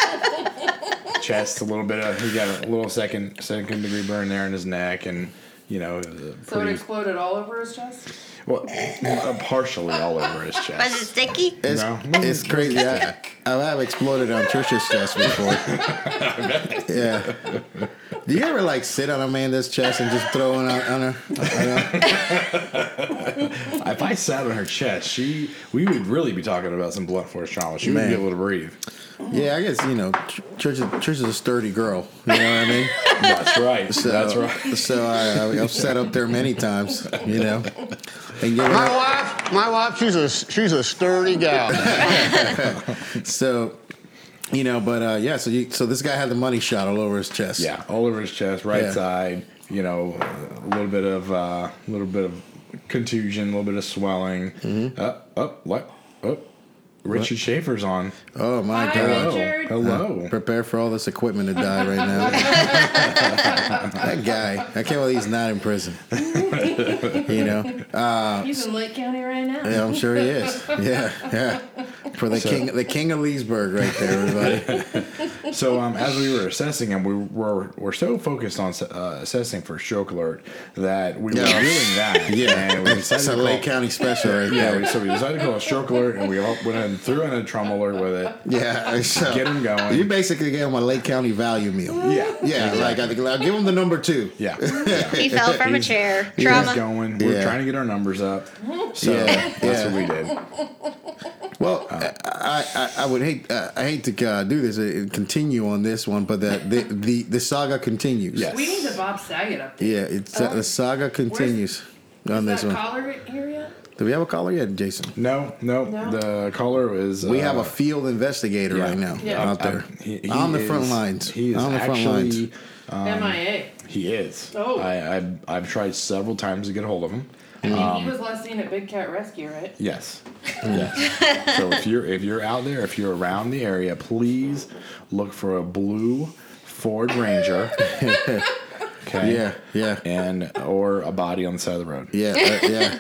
chest, a little bit of he got a little second second degree burn there in his neck, and you know, it was a
So it
pretty
exploded all over his chest.
Well, uh, partially all over his
Was it
chest.
sticky?
It's,
No.
it's crazy. I, I have exploded on Trisha's chest before. yeah. Do you ever like sit on Amanda's chest and just throw it on, on her?
If I sat on her chest, she we would really be talking about some blunt force trauma. She wouldn't be
Man.
able to breathe.
Yeah, I guess you know, Tr- Trish is, Trish is a sturdy girl. You know what I mean?
That's right.
So,
That's right.
So I, I, I've sat up there many times. You know, and given
My
her-
wife, my wife, she's a she's a sturdy gal.
so you know, but uh, yeah. So you, so this guy had the money shot all over his chest.
Yeah, all over his chest, right
Yeah.
side, you know, a little bit of uh, a little bit of contusion, a little bit of swelling.
Mm-hmm.
Uh, oh, what? Oh, Richard Schaefer's on.
Oh my
Hi,
God!
Richard.
Hello.
Uh, prepare for all this equipment to die right now. that guy, I can't believe he's not in prison. you know, uh,
He's in Lake County right now.
yeah, I'm sure he is. Yeah, yeah. For the
So-
king, the king of Leesburg, right there, everybody.
So um, as we were assessing him, we were we're so focused on uh, assessing for stroke alert that we
Yeah.
were doing that.
Yeah.
and we
That's
decided
a
to
Lake
call,
County special, right
yeah.
there.
we- So we decided to call a stroke alert, and we all went and threw in a trauma alert with it.
Yeah, so
Get him going.
You basically gave him a Lake County value meal.
Yeah,
Yeah, like I think I'll give him the number two.
yeah.
He fell from a
He's-
chair.
He was
Trauma.
going. We
Yeah.
are trying to get our numbers up. So
Yeah,
that's
yeah.
what we did.
Well, I, I, I would hate uh, I hate to uh, do this uh, continue on this one, but the the the, the saga continues.
Yes.
We need the Bob Saget up
Yeah, it's uh, the saga continues on
there.
this
Is that
one.
collar here yet?
Do we have a caller yet, Jason?
No, no,
No.
The caller is.
We
uh,
have a field investigator
yeah.
right now
Yeah.
out there
uh, he- he
on the front
is-
lines.
He is
on the front
actually.
lines.
MIA.
He is.
Oh.
I, I've, I've tried several times to get a hold of him.
I mean, he was last seen at Big Cat Rescue, right?
Yes.
Hmm.
Yes. so if you're if you're out there, if you're around the area, please look for a blue Ford Ranger. okay.
Yeah, yeah,
And or a body on the side of the road.
yeah, uh, yeah.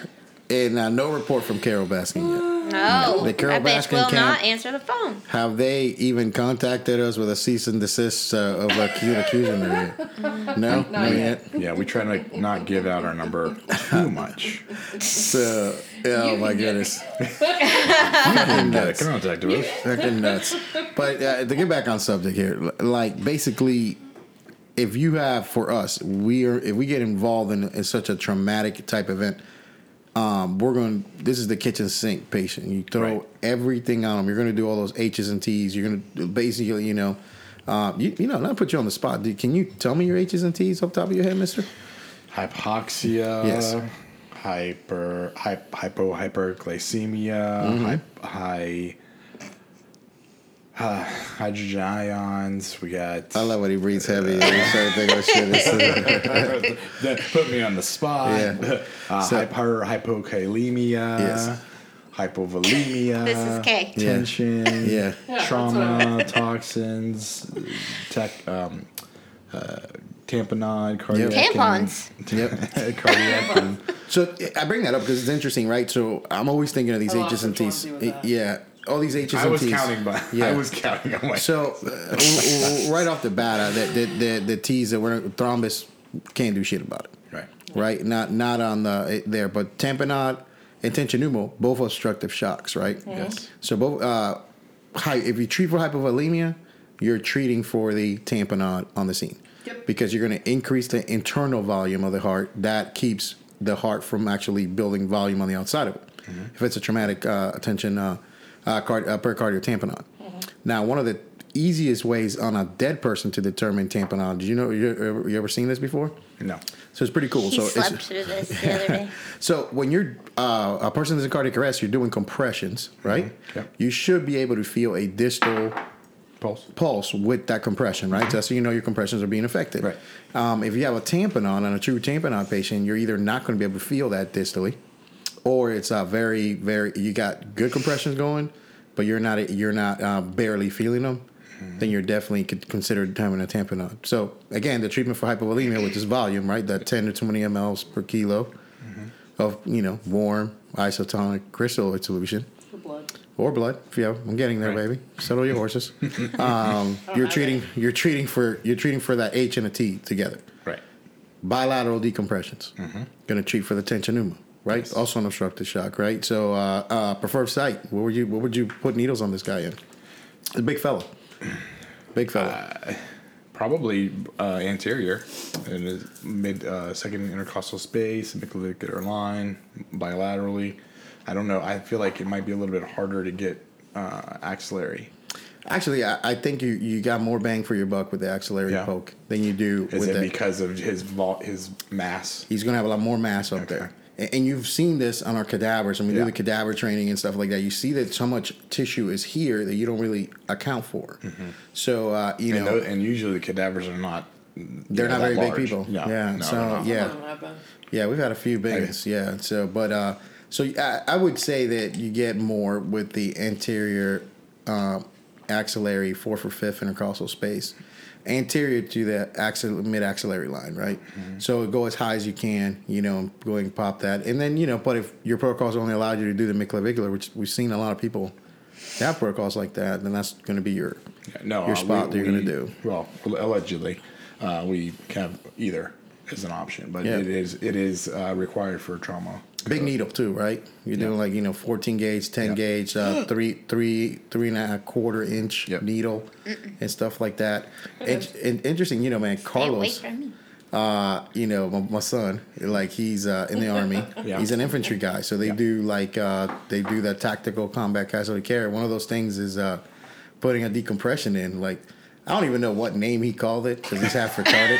And uh, no report from Carol Baskin yet.
No,
The
that
Carol
bitch
Baskin
will
camp-
not answer the phone.
Have they even contacted us with a cease and desist uh, of acute accusing her yet? No, not, yet.
Yeah, we try to not give out our number too much.
So, oh my goodness,
And uh, contact us.
fucking nuts. But uh, to get back on subject here, l- like basically, if you have for us, we are if we get involved in, in such a traumatic type event, um, we're going. to This is the kitchen sink patient. You throw
Right.
everything on them. You're going to do all those H's and T's. You're going to basically, you know. Uh, you, you know, not put you on the spot. Dude, Can you tell me your H's and T's off the top of your head, Mister?
Hypoxia.
Yes.
Hyper, hyp, hypo, hyperglycemia, hyp, high, uh, hydrogen ions. We got.
I love when he breathes heavy and he started thinking, oh, shit, this is-
that put me on the spot.
Yeah.
Uh,
So-
hyper hypokalemia.
Yes.
Hypovolemia.
This is K.
Yeah.
Tension.
Yeah.
Yeah, that's
Trauma, toxins, tech, um, uh, tamponade, cardiac. and-
Tampons.
Yep.
cardiac and
So I bring that up because it's interesting, right? So I'm always thinking of these
I lost
H's and
which one
T's.
to do with that.
Yeah, all these H's
I
and
was
T's.
counting, but
Yeah.
I was counting on my.
So uh, w- w- right off the bat, uh, the, the the the T's that we're thrombus can't do shit about it,
right.
right? Not not on the it, there, but tamponade and tensionumo, both obstructive shocks, right?
Yes.
So both uh, hi, if you treat for hypovolemia, you're treating for the tamponade on the scene.
Yep.
Because you're going to increase the internal volume of the heart. That keeps the heart from actually building volume on the outside of it. If it's a traumatic uh, attention uh, uh, card, uh, pericardial tamponade. Now, one of the easiest ways on a dead person to determine tamponade. Do you know you ever, you ever seen this before?
No.
So it's pretty cool.
He
so it's,
slept through this the other day.
so when you're uh, a person that's in cardiac arrest, you're doing compressions, right?
Yep.
You should be able to feel a distal
Pulse. Mm-hmm.
pulse with that compression, right? That's so you know your compressions are being affected.
Right.
Um, if you have a tampon on and a true tampon on patient, you're either not going to be able to feel that distally, or it's a very, very you got good compressions going, but you're not you're not uh, barely feeling them.
Mm-hmm.
Then you're definitely could consider having a tampon on. So again, the treatment for hypovolemia, which is volume, right? That 10 to 20 mLs per kilo of you know warm isotonic crystalloid solution
For blood.
or blood. If you have, I'm getting there, baby. Settle your horses. um, you're
have
treating. You're treating for. You're treating for that H and a T together.
Right.
Bilateral decompressions.
Mm-hmm.
Going to treat for the tensionuma, right? Also an obstructive shock, right? So uh, uh, preferred site. What would you? What would you put needles on this guy in? A big fella. Big fella.
Uh, Probably uh, anterior, in the mid uh, second intercostal space, midclavicular line, bilaterally. I don't know. I feel like it might be a little bit harder to get uh, axillary.
Actually, I, I think you, you got more bang for your buck with the axillary
Yeah.
poke than you do
Is
with
it
the
because of his vol- his mass?
He's going to have a lot more mass up
Okay.
there. And, and you've seen this on our cadavers, and we do
Yeah.
the cadaver training and stuff like that. You see that so much tissue is here that you don't really account for. So, uh, you
Mm-hmm. And,
know,
tho- and usually the cadavers are not
They're
you
not
know, that
very big
large.
people.
No,
yeah.
no,
so
no, no.
yeah.
Oh, not bad.
Yeah, we've had a few biggest. Yeah. So, but uh, so I, I would say that you get more with the anterior um, axillary four for fifth intercostal space, anterior to the axil- mid axillary line, right? So go as high as you can. You know, go and pop that, and then you know, but if your protocols only allowed you to do the midclavicular, which we've seen a lot of people have protocols like that, then that's going to be your
no,
your
uh,
spot
we-
that you're going
we-
to do.
Well, allegedly, uh, we have either as an option, but
Yeah.
it is it is uh, required for trauma.
Big needle too, right? You're doing like you know 14 gauge, 10 gauge, uh, three, three, three and a quarter inch needle, and stuff like that. And, and interesting, you know, man, Carlos,
me.
uh, you know, my, my son, like he's uh, in the army.
Yeah.
He's an infantry guy, so they do like uh, they do that tactical combat casualty care. One of those things is uh, putting a decompression in, like. I don't even know what name he called it because he's half retarded.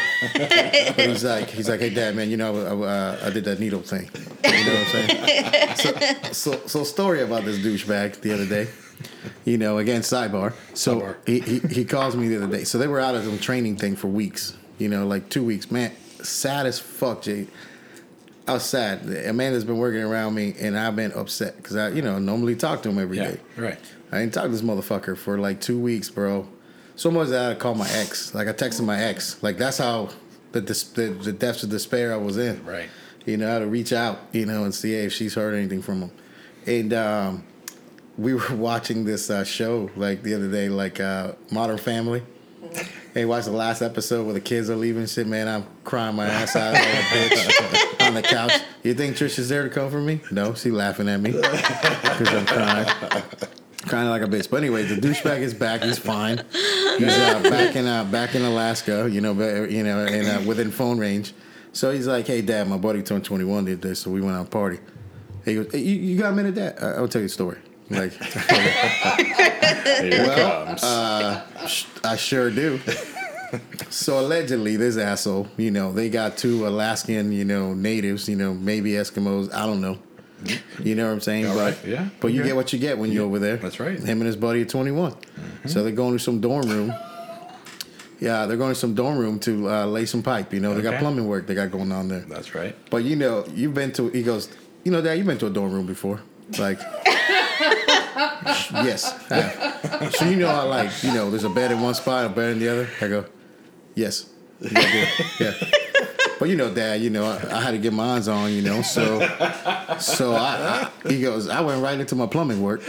but he's like, he's like, hey dad, man, you know, I, uh, I did that needle thing. You know what I'm saying? so so story about this douchebag the other day. You know, again sidebar. So He, he he calls me the other day. So they were out of some training thing for weeks. You know, like two weeks. Man, sad as fuck, Jade. I was sad. Amanda's been working around me, and I've been upset because I, you know, normally talk to him every day.
Right.
I ain't talk to this motherfucker for like two weeks, bro. So much that I called my ex. Like I texted my ex. Like that's how the dis- the, the depths of despair I was in.
Right.
You know, I had to reach out, you know, and see if she's heard anything from him. And um, we were watching this uh, show like the other day, like uh, Modern Family. Hey, watch the last episode where the kids are leaving. and Shit, man, I'm crying my ass out like a bitch on the couch. You think Trish is there to comfort me? No, she laughing at me because I'm crying kind of like a bitch. But anyway, the douchebag is back. He's fine. He's uh, back in uh, back in Alaska. You know, but, you know, and uh, within phone range. So he's like, "Hey, Dad, my buddy turned 21 the other day, so we went out to party." He goes, hey, you, "You got a minute, Dad? I- I'll tell you a story." I'm Like,
Here it
well,
comes.
uh, sh- I sure do. So allegedly, this asshole, you know, they got two Alaskan, you know, natives, you know, maybe Eskimos, I don't know. You know what I'm saying?
All
but
right, yeah,
but you
okay.
get what you get when you're over there. That's right. Him and his buddy are 21,
Mm-hmm.
so they're going to some dorm room. Yeah, they're going to some dorm room to uh, lay some pipe. You know, they got
Okay.
plumbing work they got going on there.
That's right.
But you know, you've been to. He goes, you know, Dad, you've been to a dorm room before, like. yes. I have. so you know how like you know there's a bed in one spot, a bed in the other. I go, yes. Yeah. I do. yeah. But you know, Dad, you know I, I had to get mines on, you know, so so I, I he goes, I went right into my plumbing work.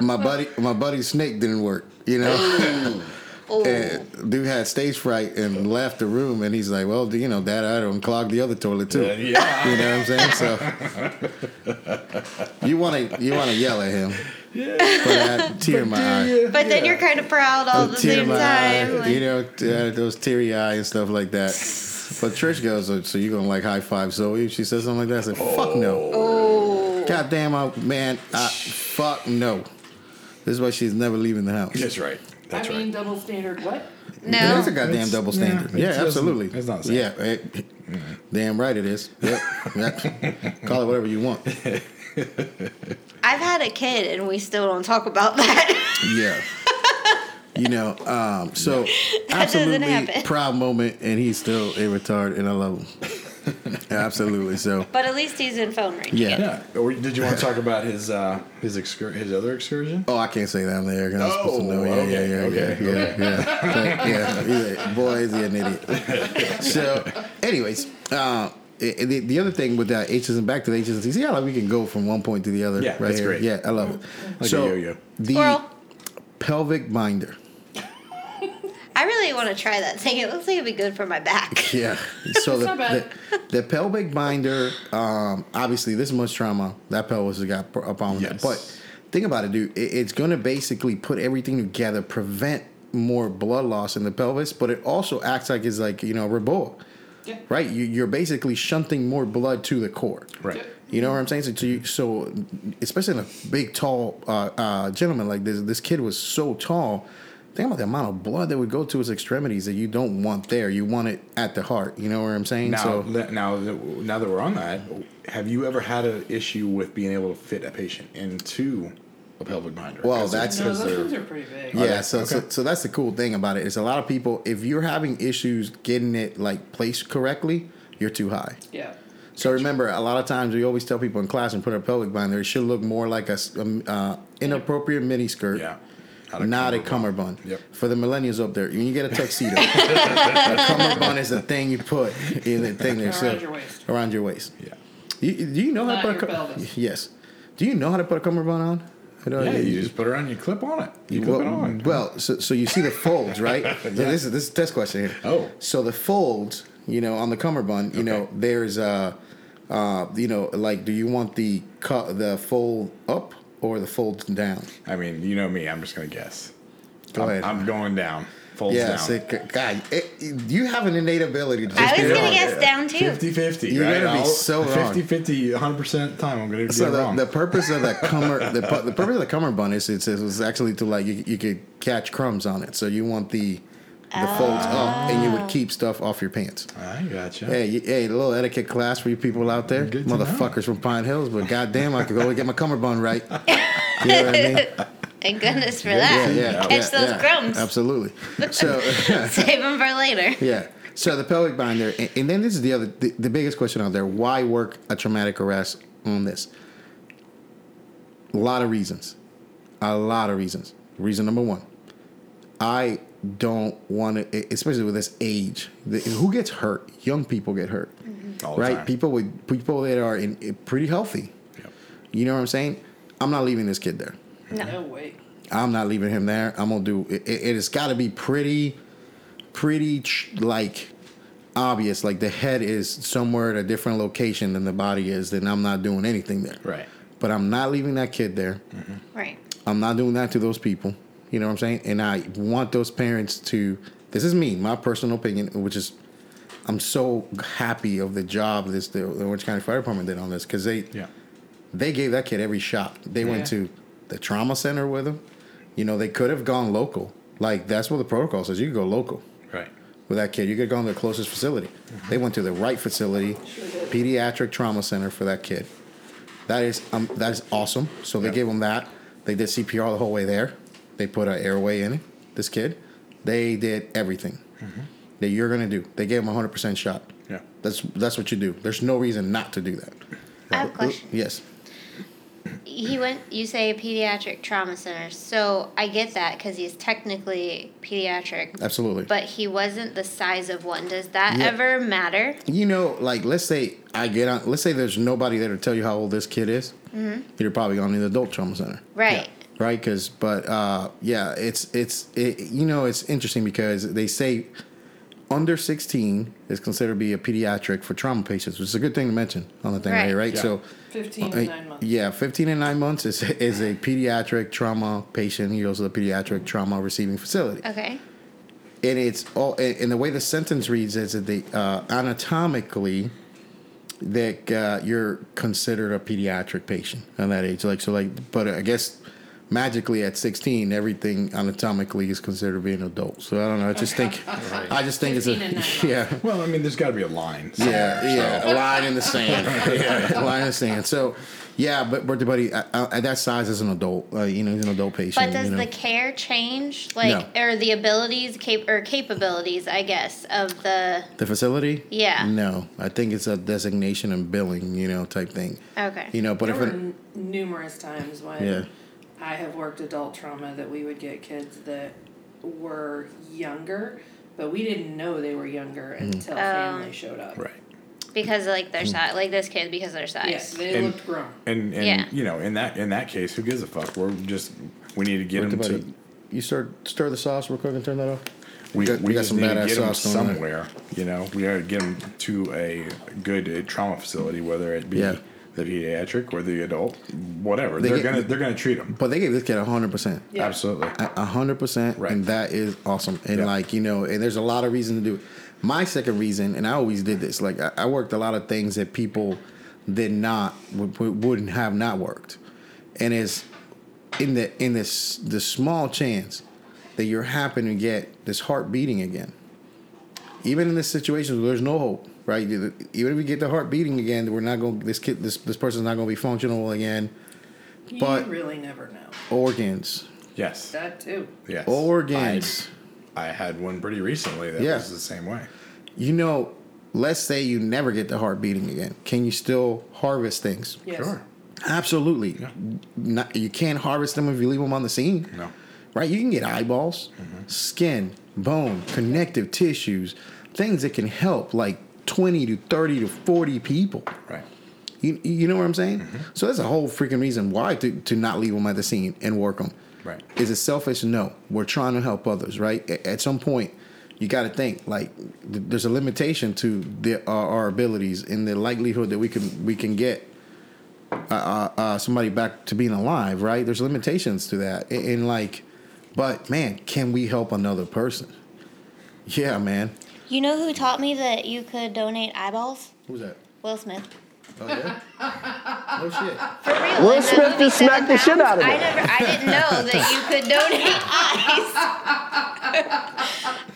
my buddy, my buddy's snake didn't work, you know. And dude had stage fright and left the room, and he's like, "Well, you know, Dad, I had to unclog the other toilet too."
Yeah, Uh, yeah.
you know what I'm saying? So you want to you want to yell at him. Yeah. But I had a tear in my eye.
But then you're kind of proud all
A
the
tear in
same
my eye,
time. like-
you know, t- uh, those teary eye and stuff like that. But Trish goes, "So- so you gonna like high five Zoe? She says something like that. I said, fuck no.
Oh.
God damn, I, man, I, fuck no. This is why she's never leaving the house.
That's right.
I mean, double standard. What?
It is a goddamn
It's-
double
yeah,
standard.
it
Yeah,
doesn't-
absolutely.
it's not safe.
Yeah, it- damn right it is. Yep. Yep. Call it whatever you want.
I've had a kid and we still don't talk about that.
Yeah. You know, um, so
That doesn't
absolutely
happen.
proud moment, and he's still a retard, and I love him. absolutely. So
but at least he's in phone range.
Yeah.
yeah. Or did you want to talk about his uh, his excur- his other excursion?
Oh, I can't say that on the air. 'cause I'm supposed to know. Yeah,
Oh, okay,
yeah, yeah,
okay,
yeah,
okay.
yeah, yeah. But, yeah, he's a- boy, is he an idiot. so, anyways, uh, i- the, the other thing with that H's and back to the H's and C's, yeah, like we can go from one point to the other.
Yeah,
right
that's
here.
great.
Yeah, I love it.
Like a
so,
yo-yo.
the pelvic binder.
I really want to try that thing. It looks like it'd be good for my back.
Yeah. So
It's
the,
not bad.
the the pelvic binder, um, obviously this much trauma that pelvis has got pr- a problem. with that. But think about it, dude. It, it's going to basically put everything together, prevent more blood loss in the pelvis, but it also acts like it's like you know a Reboa, right? You, you're basically shunting more blood to the core.
Right.
You know what I'm saying? So, to you, so especially in a big, tall uh, uh, gentleman like this, this kid was so tall. Think about the amount of blood that would go to his extremities that you don't want there. You want it at the heart. You know what I'm saying?
Now,
so
that- now, that- now that we're on that, have you ever had an issue with being able to fit a patient into
a pelvic binder.
Well, that's
No, those ones are pretty big.
uh, Yeah,
Are they?
so, so
Okay.
so that's the cool thing about it is a lot of people if you're having issues getting it like placed correctly, you're too high.
Yeah.
So remember, a lot of times we always tell people in class and put a pelvic binder, it should look more like a s- um, uh, inappropriate mini skirt. Yeah. Not a, cummerbund. Yep. For the millennials up there, when you get a tuxedo, a cummerbund is the thing you put in the thing there. so,
Around your waist.
Around your waist. Yeah. You, do you know
Not
how to
your
put a cum-
pelvis.
Yes. Do you know how to put a cummerbund on? I don't-
yeah, you just put it on, you clip on it. You clip
well,
it on.
well, so, so you see the folds, right? So this is this is a test question here. Oh, so the folds, you know, on the cummerbund, you know, there's uh, uh, you know, like, do you want the cut the fold up or the folds down?
I mean, you know me. I'm just gonna guess.
Go
I'm,
ahead.
I'm going down. Folds
yeah,
down.
see, g- God, it, you have an innate ability to. Just
I
get
was
it
gonna
wrong.
guess down too.
50 50.
You're
right?
gonna be
I'll-
so wrong.
50 50, 100% of the time. I'm going to
So
get it
the,
wrong.
the purpose of the cummer the, pu- the purpose of the cummerbund is it's, it was actually to like you, you could catch crumbs on it. So you want the the folds up, and you
Oh.
would keep stuff off your pants.
I gotcha.
Hey, you, hey, a little etiquette class for you people out there, motherfuckers from Pine Hills. But goddamn, I could go and get my cummerbund right. You know what I mean?
Thank goodness for that. Catch those crumbs.
Absolutely. So
Save them for later.
yeah. So the pelvic binder, and, and then this is the other, the, the biggest question out there: Why work a traumatic arrest on this? A lot of reasons. A lot of reasons. Reason number one: I don't want to, especially with this age. The, who gets hurt? Young people get hurt,
All the
right?
time.
People with people that are in, in pretty healthy. You know what I'm saying? I'm not leaving this kid there.
No, way.
I'm not leaving him there. I'm gonna do it. it has got to be pretty, pretty tr- like obvious. Like the head is somewhere at a different location than the body is. Then I'm not doing anything there.
Right.
But I'm not leaving that kid there.
Right.
I'm not doing that to those people. You know what I'm saying? And I want those parents to. This is me, my personal opinion, which is, I'm so happy of the job this the Orange County Fire Department did on this because they,
yeah,
they gave that kid every shot. They
Yeah.
went to the trauma center with him. You know, they could have gone local. Like that's what the protocol says. You could go local
right.
with that kid. You could have gone to the closest facility.
Mm-hmm.
They went to the right facility, pediatric trauma center for that kid. That is um, that is awesome. So they gave him that. They did CPR the whole way there. They put an airway in it. This kid, they did everything that you're gonna do. They gave him a hundred percent shot.
Mm-hmm. Yeah.
That's that's what you do. There's no reason not to do that.
I have a question.
Yes.
He went. You say pediatric trauma center, so I get that because he's technically pediatric.
Absolutely.
But he wasn't the size of one. Does that
Yeah.
ever matter?
You know, like let's say I get on. Let's say there's nobody there to tell you how old this kid is.
Mhm.
You're probably going to the adult trauma center,
Right.
right? Because, but uh, yeah, it's it's it, you know it's interesting because they say under 16 is considered to be a pediatric for trauma patients, which is a good thing to mention on the thing right,
Right.
here, right?
Yeah.
So
15 and
uh,
nine months.
Yeah, 15 and nine months is is a pediatric trauma patient. He goes to the pediatric trauma receiving facility
Okay.
and it's all and and the way the sentence reads is that they uh, anatomically that uh, you're considered a pediatric patient at that age like so like but i guess magically at 16 everything anatomically is considered being an adult so i don't know i just think i just think it's a
15 and nine
yeah
Well, I mean, there's got to be a line.
yeah,
somewhere,
yeah,
so-
a line in the sand. yeah, a line in the sand. So, yeah, but birthday buddy uh, uh, at that size as an adult, uh, you know, he's an adult patient.
But does
you know.
the care change, like,
No.
or the abilities, cap- or capabilities, I guess, of the?
The facility?
Yeah.
No, I think it's a designation and billing, you know, type thing.
Okay.
You know, but
there
if
were
it,
n- numerous times when
Yeah.
I have worked adult trauma that we would get kids that were younger, but we didn't know they were younger
Mm.
until
Oh.
family showed up.
Right.
Because of, like their
Hmm.
size, like this kid because of their size.
Yes, they
And-
looked grown.
And, and
Yeah.
you know, in that in that case, who gives a fuck? We're just we need to get
Wait,
him
buddy,
to
you start stir the sauce real quick and turn that off.
we,
got-
we,
we got
just
some
need to
badass
get him
sauce going there.
somewhere. You know, we gotta get him to a good uh, trauma facility, whether it be
Yeah.
the pediatric or the adult, whatever.
They
They are
get-
gonna they're gonna treat him.
But they gave this kid hundred percent.
Yeah.
Absolutely.
A hundred percent, and that is awesome. And like you know, and there's a lot of reason to do it. My second reason, and I always did this. Like I, I worked a lot of things that people did not w- w- wouldn't have not worked, and it's in the in this the small chance that you're happening to get this heart beating again. Even in this situation, where there's no hope, right? You- Even if we get the heart beating again, we're not going. This kid, this this person's not going to be functional again But-
you really never know.
Organs.
Yes.
That too.
Yes.
Organs.
I, I had one pretty recently that
Yeah.
was the same way.
You know, let's say you never get the heart beating again. Can you still harvest things?
Yes. Sure.
Absolutely. Not- you can't harvest them if you leave them on the scene.
No.
Right? You can get eyeballs, skin, bone, connective tissues, things that can help like 20 to 30 to 40 people.
Right.
You, you know what I'm saying? So that's a whole freaking reason why to, to not leave them at the scene and work them.
Right.
Is it selfish? No. We're trying to help others, right? A- At some point, you got to think like th- there's a limitation to the, our, our abilities and the likelihood that we can we can get uh, uh, uh, somebody back to being alive, right? There's limitations to that, and, and like, but man, can we help another person? Yeah, man.
You know who taught me that you could donate eyeballs?
Who's that?
Will Smith.
Oh yeah. no shit.
For real.
Will
in that
Smith
movie,
just smacked
Seven
the shit
Pounds,
out of
I
it.
never, I didn't know that you could donate eyes.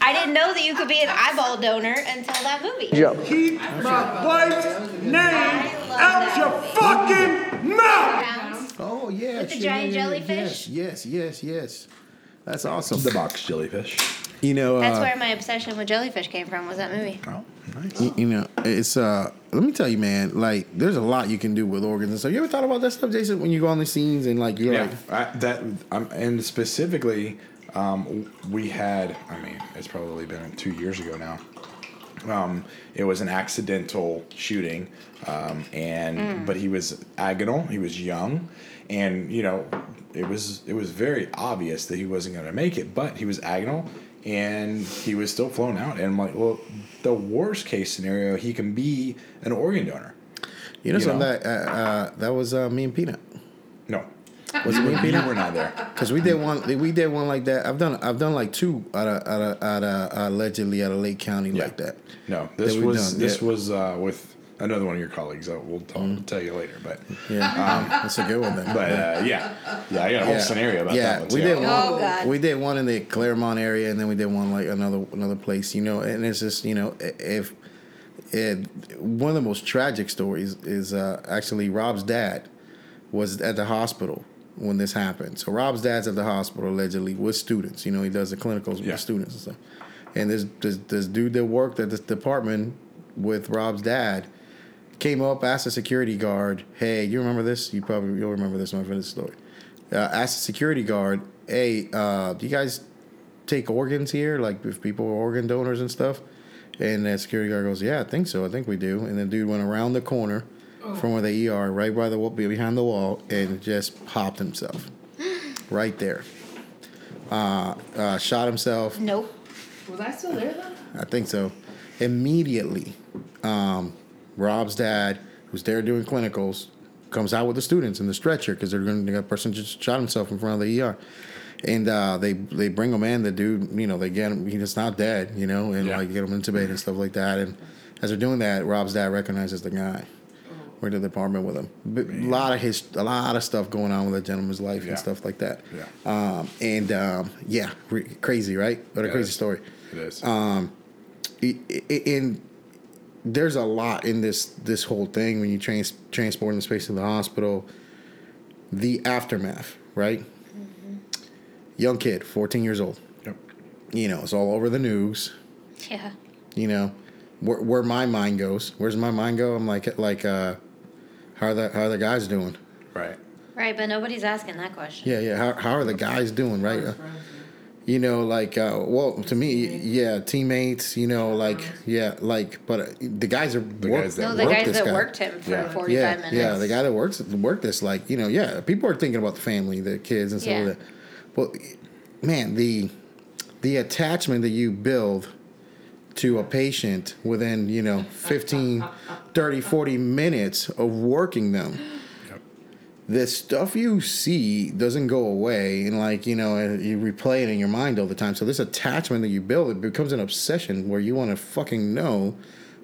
I didn't know that you could be an eyeball donor until that movie.
Keep my wife's name out your fucking mouth.
Oh yeah.
With the
shit,
giant
yeah, yeah,
jellyfish?
Yes, yes, yes, yes. That's awesome.
The box jellyfish.
You know.
That's
uh,
where my obsession with jellyfish came from. Was that movie?
Oh,
You, you know, it's uh. Let me tell you, man. Like, there's a lot you can do with organs and stuff. You ever thought about that stuff, Jason? When you go on the scenes and like you're
yeah,
like,
I, that um, and specifically, um, we had. I mean, it's probably been two years ago now. Um, it was an accidental shooting, um, and
Mm.
but he was agonal. He was young, and you know, it was it was very obvious that he wasn't going to make it. But he was agonal, and he was still flown out. And I'm like, well, the worst case scenario, he can be an organ donor.
you know, something that uh, uh, that was uh, me and Peanut.
No.
Was it me and
You
Peanut?
were not there.
Cause we did one, we did one like that. I've done, I've done like two out of, out of, out of allegedly out of Lake County like that.
No, this
that we
was
done,
this
yeah. Mm-hmm.
was uh, with another one of your colleagues. Uh, we'll tell, tell you later, but
Yeah,
um,
that's a good one. Then.
But uh, yeah, yeah, I got a whole
Yeah.
scenario about
yeah,
that one.
we
too.
did one.
Oh,
We did one in the Claremont area, and then we did one like another another place. You know, and it's just you know i- if. It, one of the most tragic stories is uh, actually Rob's dad was at the hospital when this happened. So Rob's dad's at the hospital allegedly with students. You know, he does the clinicals with
Yeah.
the students and stuff. And this this, this dude that worked at this department with Rob's dad came up, asked the security guard, "Hey, you remember this? You probably you'll remember this one for this story." Uh, asked the security guard, "Hey, uh, do you guys take organs here? Like if people are organ donors and stuff?" And that security guard goes, "Yeah, I think so. I think we do." And the dude went around the corner from where the ER, right by the wa- behind the wall, and just popped himself right there. Uh, uh, shot himself.
Nope.
Was I still there though?
I think so. Immediately, um, Rob's dad, who's there doing clinicals, comes out with the students in the stretcher because they're going to. That person just shot himself in front of the ER, and uh, they they bring him in. The dude, you know, they get him. He's not dead, you know, and like get him intubated and stuff like that. And as they're doing that, Rob's dad recognizes the guy. We're in the department with him. But a lot of his, a lot of stuff going on with the gentleman's life
Yeah.
and stuff like that.
Yeah.
Um, and um, yeah, re- crazy, right? What a
Yeah, it
crazy
is.
story.
It is.
Um, i- i- and there's a lot in this this whole thing when you trans transporting this patient to the hospital. The aftermath, right? Young kid, 14 years old.
Yep.
You know, it's all over the news
Yeah.
you know where, where my mind goes where's my mind go i'm like like uh how are the how are the guys doing
right
Right, but nobody's asking that question.
yeah yeah how, how are the guys doing right Uh, you know like uh well to me yeah teammates you know like yeah like but uh, the guys are the
guys
that No, the guys that worked him for
yeah.
45
yeah,
minutes.
yeah the guy that works worked this like you know yeah people are thinking about the family the kids and stuff
Yeah.
like that well man the the attachment that you build to a patient within you know 15 30 40 minutes of working them the stuff you see doesn't go away and like you know and you replay it in your mind all the time so this attachment that you build it becomes an obsession where you want to fucking know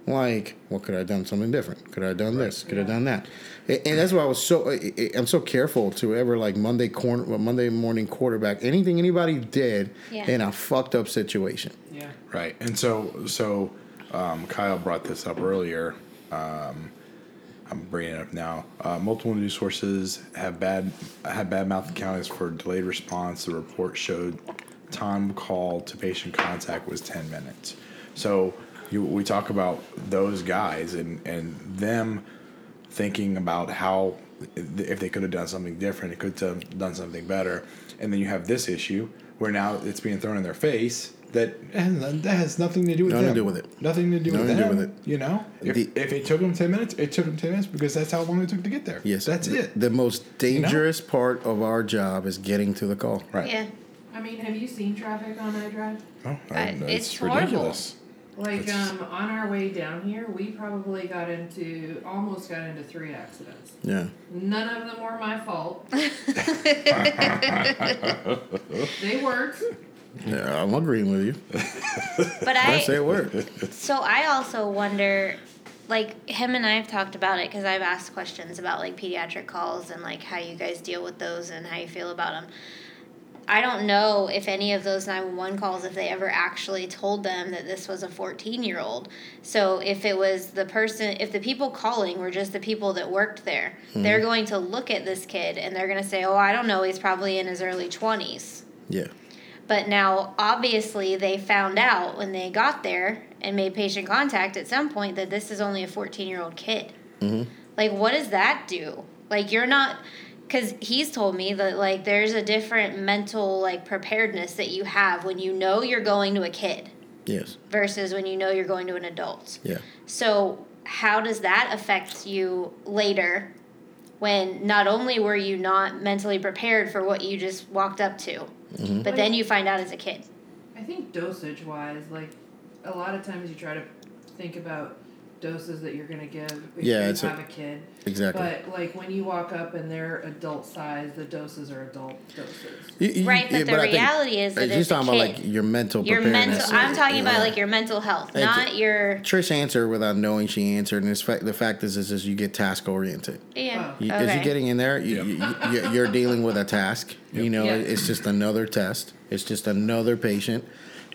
like what could i have done something different could i have done this could i have done that A- and that's why i was so I- I- i'm so careful to ever like monday corner monday morning quarterback anything anybody did
Yeah.
in a fucked up situation
Yeah.
Right. And so so um, Kyle brought this up earlier. Um, I'm bringing it up now. Uh, multiple news sources have bad have bad mouthed counties for delayed response. The report showed time call to patient contact was 10 minutes. So you, we talk about those guys and and them thinking about how if they could have done something different, it could have done something better. And then you have this issue where now it's being thrown in their face that eh, that has nothing to do with
Nothing to
them.
do with it.
Nothing to do
Nothing
with
to do
them,
with it.
You know, if,
The-
if it took them ten minutes, it took them ten minutes because that's how long it took to get there.
Yes,
that's
the,
it.
The most
You know?
dangerous part of our job is getting to the call.
Yeah. I mean, have you seen traffic on iDrive?
Oh,
I- Uh, it's it's horrible. ridiculous.
Like um, on our way down here, we probably got into almost got into three accidents.
Yeah.
None of them were my fault.
they
they worked.
Yeah, I'm agreeing with you.
But
I
I-
say it worked.
So I also wonder, like him and I have talked about it because I've asked questions about like pediatric calls and like how you guys deal with those and how you feel about them. I don't know if any of those 911 calls, if they ever actually told them that this was a 14 year old. So if it was the person, if the people calling were just the people that worked there,
Mhm.
they're going to look at this kid and they're going to say, oh, I don't know, he's probably in his early 20s.
Yeah.
But now, obviously, they found out when they got there and made patient contact at some point that this is only a 14 year old kid.
Mm-hmm.
Like, what does that do? Like, you're not, because he's told me that, like, there's a different mental, like, preparedness that you have when you know you're going to a kid
Yes.
versus when you know you're going to an adult.
Yeah.
So, how does that affect you later when not only were you not mentally prepared for what you just walked up to,
Mhm.
but then you find out as a kid?
I think dosage wise, like a lot of times you try to think about doses that you're gonna give if
Yeah,
you
it's a-
have a, kid.
exactly.
But like when you walk up and they're adult size, the doses are adult doses.
You- you-
Right, but
yeah,
the
I think-
reality is that
she's
it's a
talking about
kid.
like your mental
Your mental.
preparedness.
I'm talking about
Yeah.
like your mental health,
Ex-
not your.
Trish answered without knowing she answered, and it's fa- the fact is, is, is you get task oriented.
Yeah.
You, As
okay.
you're getting in there, you, you, you, you're dealing with a task. You know,
Yeah.
it's just another test. It's just another patient,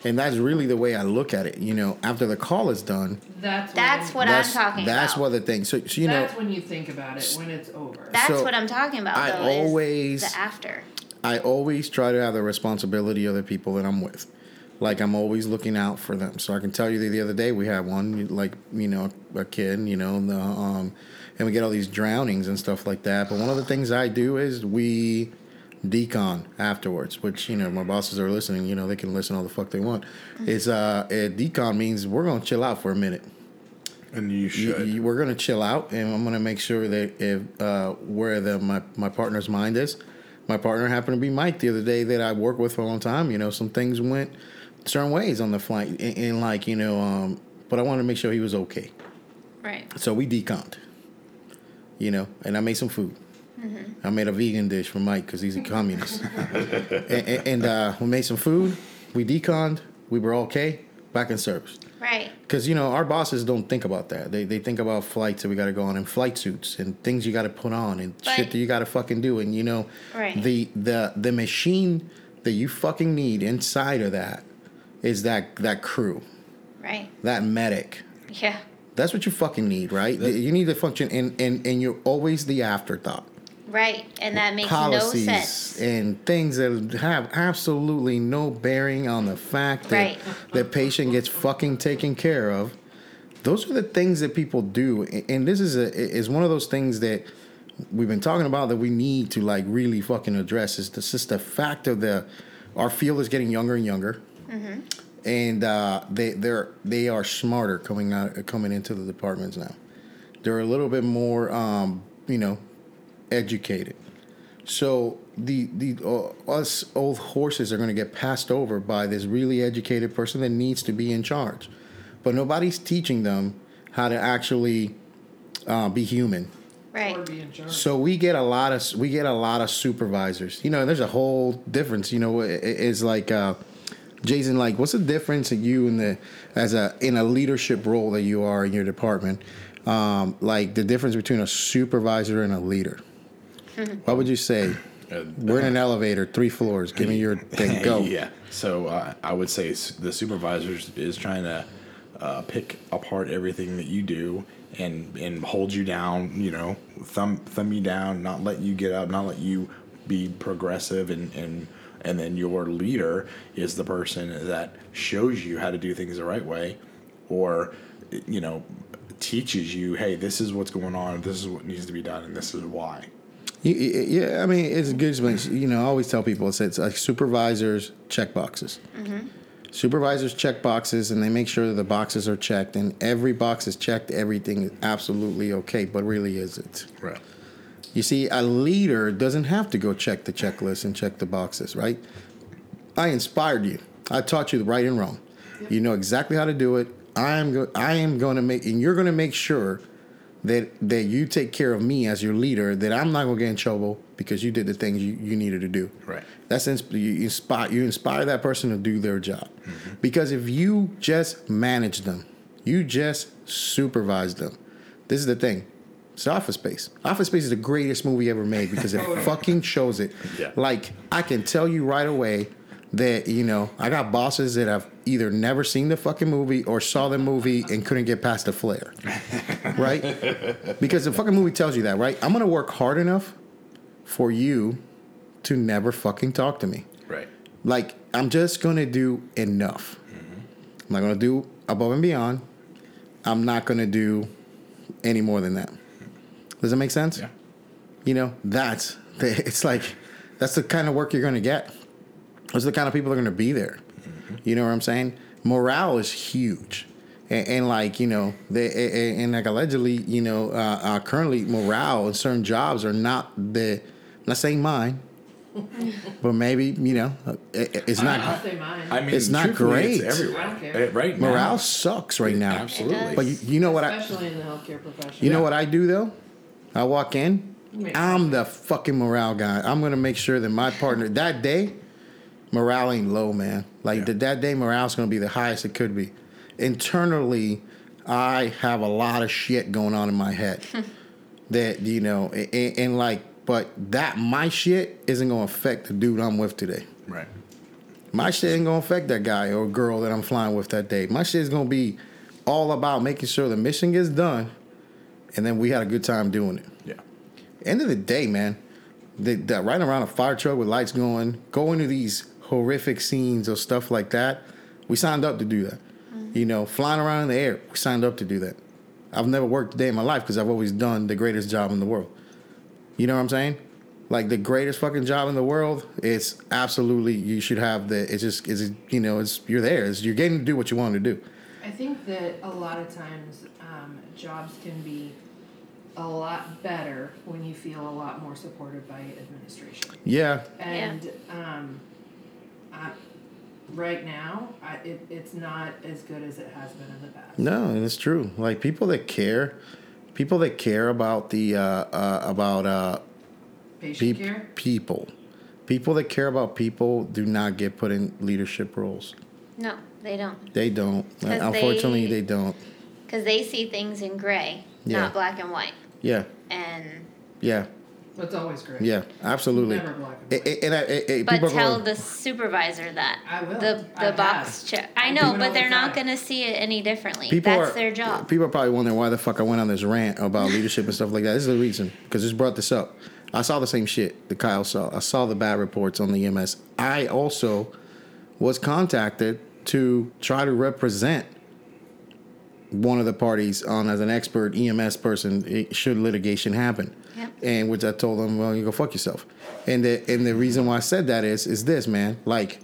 and that's really the way I look at it. You know, after the call is done,
That's what
That's
I'm-
what
that's,
I'm talking
that's
about.
what the thing. So, so you know,
that's when you think about it when it's over.
That's
so
what I'm talking about.
I
though, is
always-
the after.
I always try to have the responsibility of the people that I'm with. Like I'm always looking out for them. So I can tell you that the other day we had one, like you know, a kid, you know, and, the, um, and we get all these drownings and stuff like that. But one of the things I do is we decon afterwards, which you know my bosses are listening. You know they can listen all the fuck they want. It's uh, a decon means we're gonna chill out for a minute.
And you
should. we're gonna chill out, and I'm gonna make sure that if uh, where the my my partner's mind is, my partner happened to be Mike the other day that I worked with for a long time. You know, some things went certain ways on the flight, and, and like you know, um, but I wanted to make sure he was okay.
Right.
So we decomped, you know, and I made some food.
Mhm.
I made a vegan dish for Mike because he's a communist. and and, and, uh, we made some food. We deconned. We were okay. Back in service.
Right.
Because you know our bosses don't think about that. They they think about flights that we got to go on and flight suits and things you got to put on and shit that you got to fucking do. And you know
Right.
the the the machine that you fucking need inside of that is that that crew,
Right.
that medic.
Yeah.
That's what you fucking need, right? you need to function, and and and you're always the afterthought.
Right. And that makes
Policies
no sense.
and things that have absolutely no bearing on the fact that
Right.
the patient gets fucking taken care of. Those are the things that people do, A- and this is a is one of those things that we've been talking about that we need to like really fucking address. Is this just the fact of the our field is getting younger and younger
Mm-hmm.
and uh, they they're they are smarter coming out coming into the departments now. They're a little bit more um, you know educated. So the the uh, us old horses are going to get passed over by this really educated person that needs to be in charge, but nobody's teaching them how to actually uh, be human.
Right.
So we get a lot of we get a lot of supervisors. You know, there's a whole difference. You know, i- i- it's like uh, Jason. Like, what's the difference in you in the as a in a leadership role that you are in your department? Um, like the difference between a supervisor and a leader. What would you say? We're in an elevator, three floors. Give me your thing. Go.
yeah. So uh, I would say s- the supervisors is trying to uh, pick apart everything that you do and and hold you down, you know, thumb thumb you down, not let you get up, not let you be progressive and and and then your leader is the person that shows you how to do things the right way or you know teaches you hey this is what's going on this is what needs to be done and this is why
You- you- Yeah, I mean, it's a good explanation. You know, I always tell people it's, it's like supervisors check boxes.
Mm-hmm.
Supervisors check boxes and they make sure that the boxes are checked, and every box is checked. Everything is absolutely okay, but really isn't.
Right.
You see, a leader doesn't have to go check the checklist and check the boxes, right? I inspired you. I taught you the right and wrong. You know exactly how to do it. I am go- I am going to make and you're going to make sure that that you take care of me as your leader that I'm not going to get in trouble because you did the things you, you needed to do.
Right.
That's insp- you inspire you inspire that person to do their job. Because if you just manage them, you just supervise them. This is the thing. It's Office Space. Office Space is the greatest movie ever made because it fucking shows it.
Yeah.
Like I can tell you right away that you know I got bosses that have either never seen the fucking movie or saw the movie and couldn't get past the flare, right? Because the fucking movie tells you that, right? I'm gonna work hard enough for you to never fucking talk to me.
Right.
Like I'm just gonna do enough. I'm not gonna do above and beyond. I'm not gonna do any more than that. Does that make sense? Yeah. You know, that's the, it's like that's the kind of work you're gonna get. Those are the kind of people that are gonna be there.
Mm-hmm.
You know what I'm saying? Morale is huge. And, and like you know, they, a- a- and like allegedly, you know, uh, uh, currently morale in certain jobs are not the. I'm not saying mine, but maybe you know, uh, it, it's not.
I'll say mine.
I mean,
it's not
truthfully,
great
It's everywhere.
I don't care.
Eh, Right now.
Morale sucks right now.
absolutely. It does.
But you, you know what I?
Especially in the healthcare profession.
You know what I do though? I walk in.
Make
I'm the fucking morale guy. I'm gonna make sure that my partner that day, morale ain't low, man. Like that that day, morale's gonna be the highest it could be. Internally, I have a lot of shit going on in my head. that you know, a- a- and, like, but that my shit isn't gonna affect the dude I'm with today.
Right.
My shit ain't gonna affect that guy or girl that I'm flying with that day. My shit is gonna be all about making sure the mission gets done, and then we had a good time doing it.
Yeah.
End of the day, man, the, the riding around a fire truck with lights going, going to these horrific scenes or stuff like that. We signed up to do that. You know, flying around in the air, we signed up to do that. I've never worked a day in my life because I've always done the greatest job in the world. You know what I'm saying? Like the greatest fucking job in the world. It's absolutely you should have the. It's just is you know it's you're there. It's, you're getting to do what you want to do.
I think that a lot of times um, jobs can be a lot better when you feel a lot more supported by administration.
Yeah.
And um, I, right now, I, it, it's not as good as it has been in the past.
No, and it's true. Like people that care, people that care about the uh, uh, about uh,
Patient care?
people, people that care about people do not get put in leadership roles.
No, they don't.
They don't. Uh,
'Cause
Unfortunately, they, don't.
Because they see things in gray,
Yeah.
not black and white.
Yeah,
And
yeah,
It's always great.
yeah. Absolutely.
Never black
A- a- and I, a- a-
but
people are
tell
going-
the supervisor that. I will. The
I
the
have.
box check. I
I do
know,
it all
but
the
they're not
time.
gonna see it any differently.
People
That's
are-
their job.
People are probably wondering why the fuck I went on this rant about leadership and stuff like that. This is the reason because this brought this up. I saw the same shit that Kyle saw. I saw the bad reports on the EMS. I also was contacted to try to represent one of the parties on as an expert EMS person it- should litigation happen. And which I told them, well, you go fuck yourself. And the and the reason why I said that is is this, man. Like,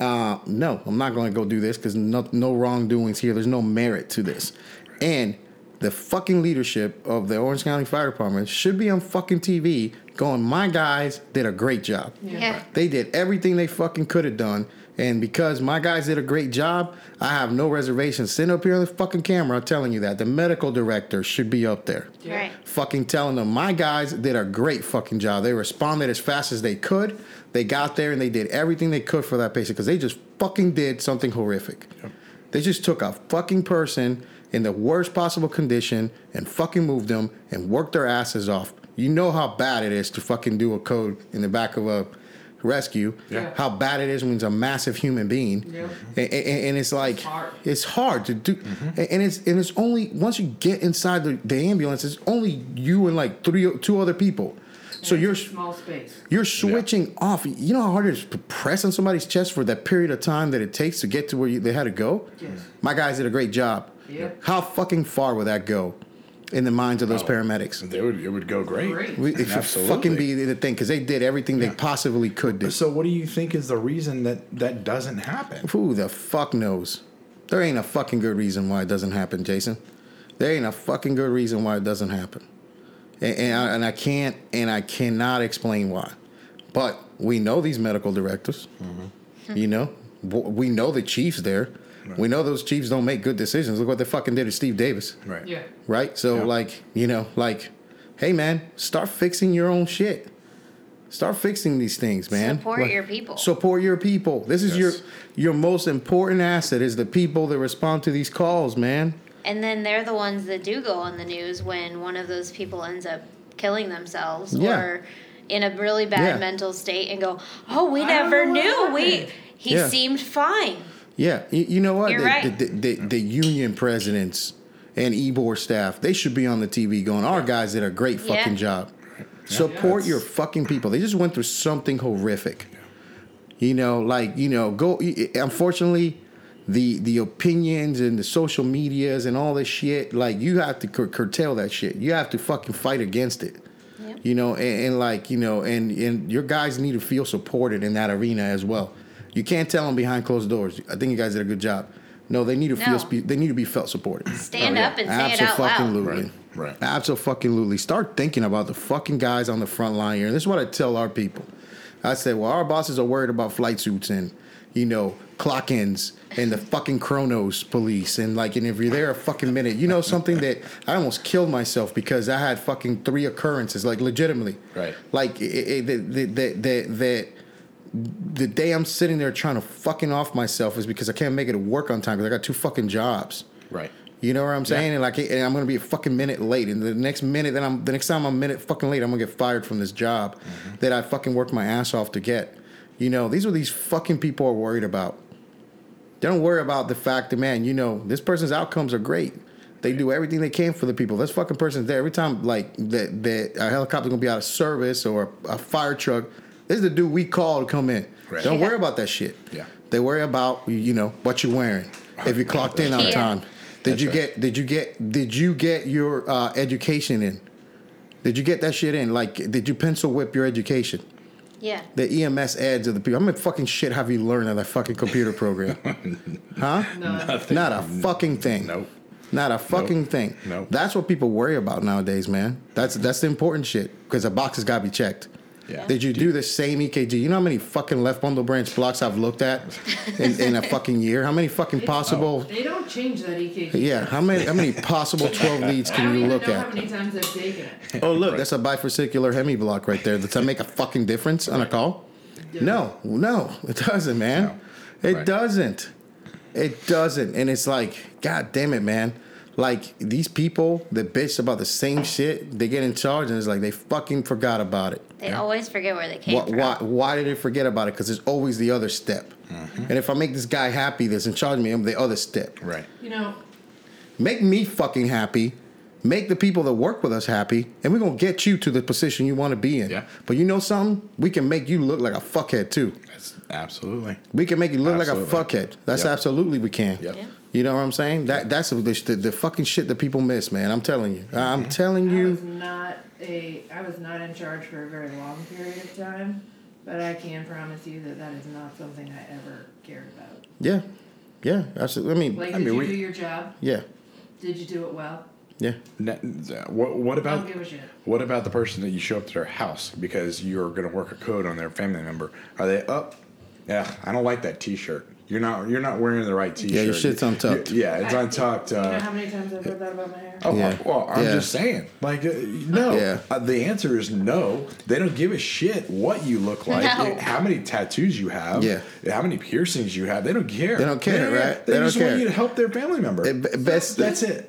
uh, no, I'm not going to go do this because no no wrongdoings here. There's no merit to this. And the fucking leadership of the Orange County Fire Department should be on fucking TV going, my guys did a great job.
Yeah.
They did everything they fucking could have done. And because my guys did a great job, I have no reservations. Sitting up here on the fucking camera telling you that. The medical director should be up there.
Right.
Fucking telling them, my guys did a great fucking job. They responded as fast as they could. They got there and they did everything they could for that patient because they just fucking did something horrific. They just took a fucking person in the worst possible condition and fucking moved them and worked their asses off. You know how bad it is to fucking do a code in the back of a rescue.
Yeah.
How bad it is when it's a massive human being.
Yeah.
And, and, and it's like it's hard, to do. And- And it's and it's only once you get inside the, the ambulance, it's only you and like three o- two other people. So you're
Small space.
you're switching off. You know how hard it is to press on somebody's chest for that period of time that it takes to get to where you, they had to go?
Yes.
My guys did a great job.
Yep.
How fucking far would that go in the minds of those paramedics?
They would, it would go great.
Great.
We, it should fucking be the thing because they did everything they possibly could do.
So what do you think is the reason that that doesn't happen?
Who the fuck knows? There ain't a fucking good reason why it doesn't happen, Jason. There ain't a fucking good reason why it doesn't happen. And, and, I, and I can't and I cannot explain why. But we know these medical directors. You know, W- we know the chiefs there. We know those chiefs don't make good decisions. Look what they fucking did to Steve Davis.
Right.
Yeah.
Right? So, like, you know, like, hey, man, start fixing your own shit. Start fixing these things, man.
Support
Like,
your people.
Support your people. This is your your most important asset is the people that respond to these calls, man.
And then they're the ones that do go on the news when one of those people ends up killing themselves
Yeah.
or in a really bad
Yeah.
mental state and go, "Oh, we
I don't
never
know what
knew. We
happened."
he
Yeah.
seemed fine."
Yeah, you, you know what?
You're
the,
right.
the, the, the, the union presidents and Ebor staff, they should be on the TV going, our guys did a great
Yeah.
fucking job. Support your fucking people. They just went through something horrific. You know, like, you know, go. Unfortunately, the the opinions and the social medias and all this shit, like, you have to cur- curtail that shit. You have to fucking fight against it. You know, and, and like, you know, and, and your guys need to feel supported in that arena as well. You can't tell them behind closed doors. I think you guys did a good job. No, they need to
No.
feel spe- they need to be felt supported.
Stand up and say it out loud.
Oh, Absolutely. Right. Absolutely. Start thinking about the fucking guys on the front line here. And this is what I tell our people. I say, well, our bosses are worried about flight suits and, you know, clock ins and the fucking Chronos police. And like, and if you're there a fucking minute, you know, something that I almost killed myself because I had fucking three occurrences, like legitimately.
Right.
Like, it, it, that, that, that, that, the day I'm sitting there trying to fucking off myself is because I can't make it to work on time because I got two fucking jobs.
Right.
You know what I'm saying? And like, and I'm gonna be a fucking minute late, and the next minute, then I'm the next time I'm a minute fucking late, I'm gonna get fired from this job that I fucking worked my ass off to get. You know, these are these fucking people are worried about. They don't worry about the fact that man, you know, this person's outcomes are great. They do everything they can for the people. This fucking person's there every time, like that that a helicopter's gonna be out of service or a, a fire truck. This is the dude we call to come in.
Right.
Don't worry about that shit.
Yeah.
They worry about you know what you're wearing, if you clocked in on
Yeah.
time. Did
That's
you
right.
get did you get did you get your uh, education in? Did you get that shit in? Like, did you pencil whip your education?
Yeah.
The EMS ads of the people. How much fucking shit have you learned on that fucking computer program? huh?
Nothing.
Not a fucking thing. Nope. Not a fucking thing.
Nope.
That's what people worry about nowadays, man. That's that's the important shit because the box has got to be checked.
Yeah.
Did you do the same EKG? You know how many fucking left bundle branch blocks I've looked at in, in a fucking year? How many fucking possible?
They don't change that EKG.
Yeah, how many how many possible twelve leads
I don't
can you
even
look
know how
at?
many times I've taken it.
Oh look, that's a bifurcicular hemi block right there. Does that make a fucking difference on a call? No, no, it doesn't, man. It
Right.
doesn't. It doesn't. And it's like, god damn it, man. Like these people that bitch about the same shit, they get in charge and it's like they fucking forgot about it.
They always forget where they came
Why,
from.
why, why did they forget about it? Because there's always the other step. And if I make this guy happy that's in charge of me, I'm the other step.
Right.
You know,
Make me fucking happy. Make the people that work with us happy, and we're gonna get you to the position you want to be in. Yeah. But you know something? We can make you look like a fuckhead too.
Absolutely.
We can make you look like
Absolutely.
a fuckhead. That's
Yep.
absolutely we can.
Yep. Yeah.
You know what I'm saying? That that's the, the the fucking shit that people miss, man. I'm telling you. I'm telling
I
you.
was not a I was not in charge for a very long period of time, but I can promise you that that is not something I ever cared about.
Yeah. Yeah. Absolutely. I mean.
Like,
I
did
mean,
you
we-
do your job?
yeah.
Did you do it well?
Yeah.
uh, What, what
Uh,
I
about
don't give a shit.
what about the person that you show up to their house because you're going to work a code on their family member? Are they up? Yeah, I don't like that T-shirt. You're not you're not wearing the right T-shirt.
your shit's untucked.
You- yeah, it's
I-
untucked.
you know
Uh,
how many times I've heard that about my hair?
Oh,
Yeah.
well, I'm
Yeah.
just saying. Like, uh, no.
Yeah.
Uh, the answer is no. They don't give a shit what you look like,
No.
how many tattoos you have,
Yeah.
how many piercings you have. They don't care.
They don't care, right?
They,
They don't
just
care.
want you to help their family member.
best-
that's it.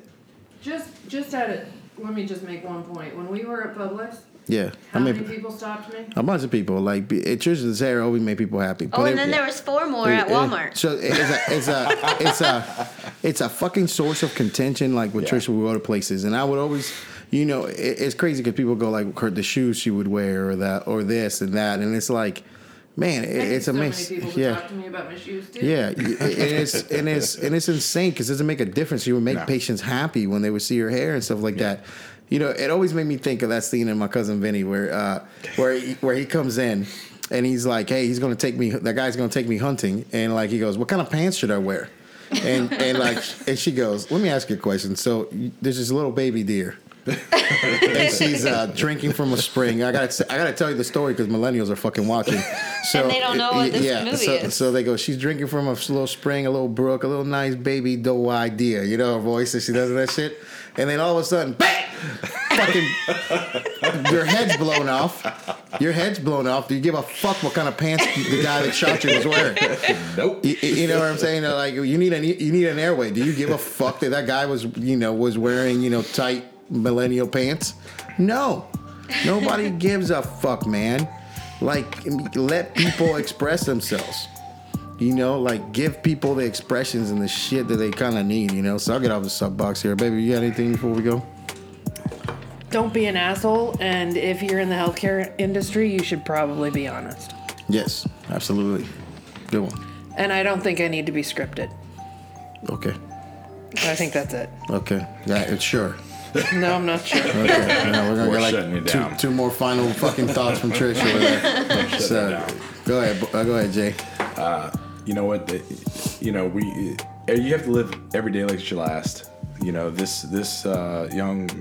Just just at it. Let me just make one point. When we were at Publix,
Yeah,
How many people stopped me?
a bunch of people. Like be- at Church of the Sarah, we made people happy.
Oh,
but
and
it-
then there was four more
it-
at
it-
Walmart.
so it's a it's a it's a it's a fucking source of contention, like with Trisha, we go to places, and I would always, you know, it, it's crazy because people go like her the shoes she would wear or that or this and that, and it's like, man, it, it's
so
amazing.
Many people
yeah.
who talk to me about my shoes too.
Yeah, y- and it's and it's and it's insane because it doesn't make a difference. You would make
No.
patients happy when they would see your hair and stuff like that. You know, it always made me think of that scene in my cousin Vinny where uh, where he, where he comes in and he's like, "Hey, he's gonna take me. That guy's gonna take me hunting." And like he goes, "What kind of pants should I wear?" And and like and she goes, "Let me ask you a question. So y- there's this little baby deer." and she's uh, drinking from a spring. I got to I got to tell you the story because millennials are fucking watching. So
And they don't know what this movie
so,
is.
so they go. She's drinking from a little spring, a little brook, a little nice baby doe idea. You know her voice, and she does that shit. And then all of a sudden, bang! Fucking, your head's blown off. Your head's blown off. Do you give a fuck what kind of pants the guy that shot you was wearing?
Nope.
You, you know what I'm saying? They're Like you need an e, you need an airway. Do you give a fuck that that guy was you know was wearing you know tight millennial pants? No, nobody gives a fuck, man. Like let people express themselves. You know, like give people the expressions and the shit that they kind of need. You know, so I'll get off the soapbox here, baby. You got anything before we go?
Don't be an asshole, and if you're in the healthcare industry, you should probably be honest.
Yes, absolutely. Good one.
And I don't think I need to be scripted.
Okay.
I think that's it.
Okay. That sure.
No, I'm not sure.
Okay, now we're gonna
We're
get
shutting
like
it
two,
down.
two more final fucking thoughts from Trish. Over there. so, go ahead, bo- uh, go ahead, Jay.
Uh, you know what? The, you know we. eh, You have to live every day like it's your last. You know this this uh, young,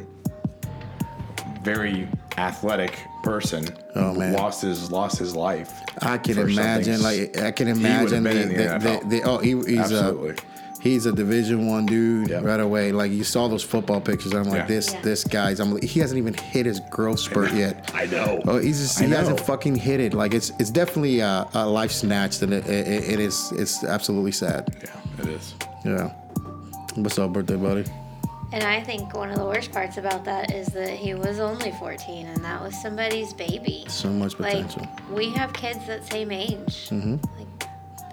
very athletic person
Oh, man.
lost his lost his life.
I can
for something
imagine, like I can
He would've
imagine the,
been
the,
in the
the,
NFL.
the- oh he, he's
Absolutely.
a he's a Division One dude right away. Like you saw those football pictures. I'm like this this guy's. I'm like, he hasn't even hit his growth spurt yet.
I know.
Oh, he's just
I
he hasn't
know.
fucking hit it. Like it's it's definitely a, a life snatched, and it, it, it is it's absolutely sad.
It is.
Yeah. What's up, birthday buddy?
And I think one of the worst parts about that is that he was only 14 and that was somebody's baby.
So much potential.
Like, we have kids that same age.
hmm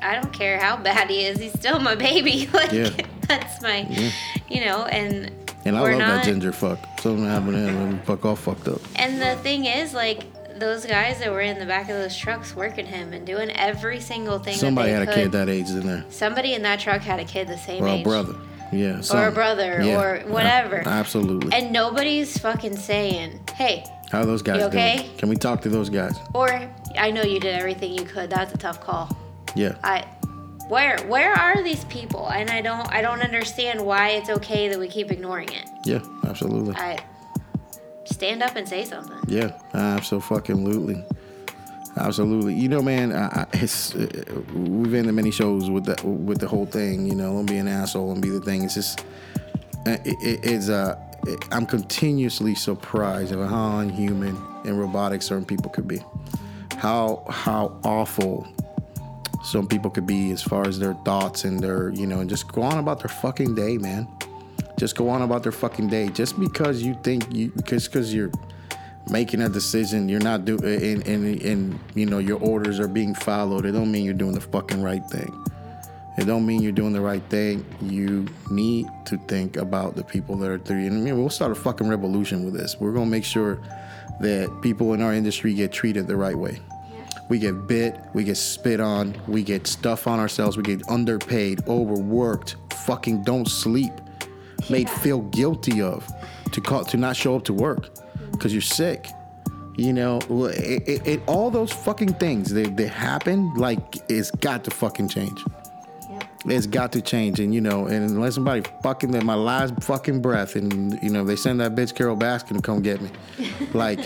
I don't care how bad he is, he's still my baby. Like,
Yeah.
that's my,
Yeah.
you know, and.
And I
we're
love that
not-
ginger fuck. Something happened to him and fuck all fucked up.
And the thing is, like, those guys that were in the back of those trucks working him and doing every single thing.
Somebody
that
had
they
a
could.
kid that age in there.
Somebody in that truck had a kid the same
Or a
age.
brother. Yeah.
Or a
some-
brother
yeah.
or whatever.
Uh, absolutely.
And nobody's fucking saying, hey,
How are those guys
You okay?
doing? Can we talk to those guys?
or I know you did everything you could. That's a tough call.
Yeah.
I where where are these people? And I don't I don't understand why it's okay that we keep ignoring it.
Yeah. Absolutely.
I stand up and say something.
Yeah, absolutely. Absolutely. You know, man, I, I, it's, uh, we've ended many shows with the, with the whole thing, you know, don't be an asshole and be the thing. It's just, uh, it, it- it's, uh, it- I'm continuously surprised at how unhuman and robotic certain people could be. How, how awful some people could be as far as their thoughts and their, you know, and just go on about their fucking day, man. Just go on about their fucking day. Just because you think you, because because you're making a decision, you're not doing, and, and and you know your orders are being followed. It don't mean you're doing the fucking right thing. It don't mean you're doing the right thing. You need to think about the people that are through you. And I mean, we'll start a fucking revolution with this. We're gonna make sure that people in our industry get treated the right way. We get bit, we get spit on, we get stuff on ourselves, we get underpaid, overworked, fucking don't sleep, made feel guilty of to call to not show up to work because you're sick. You know, well, it, it, it, all those fucking things that, that happen, like it's got to fucking change. It's got to change, and you know, and unless somebody fucking at my last fucking breath, and you know, they send that bitch Carol Baskin to come get me, like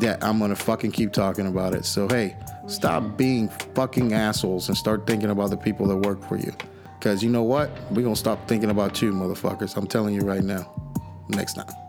that, I'm gonna fucking keep talking about it. So hey, stop being fucking assholes and start thinking about the people that work for you, because you know what, we're gonna stop thinking about you, motherfuckers. I'm telling you right now, next time.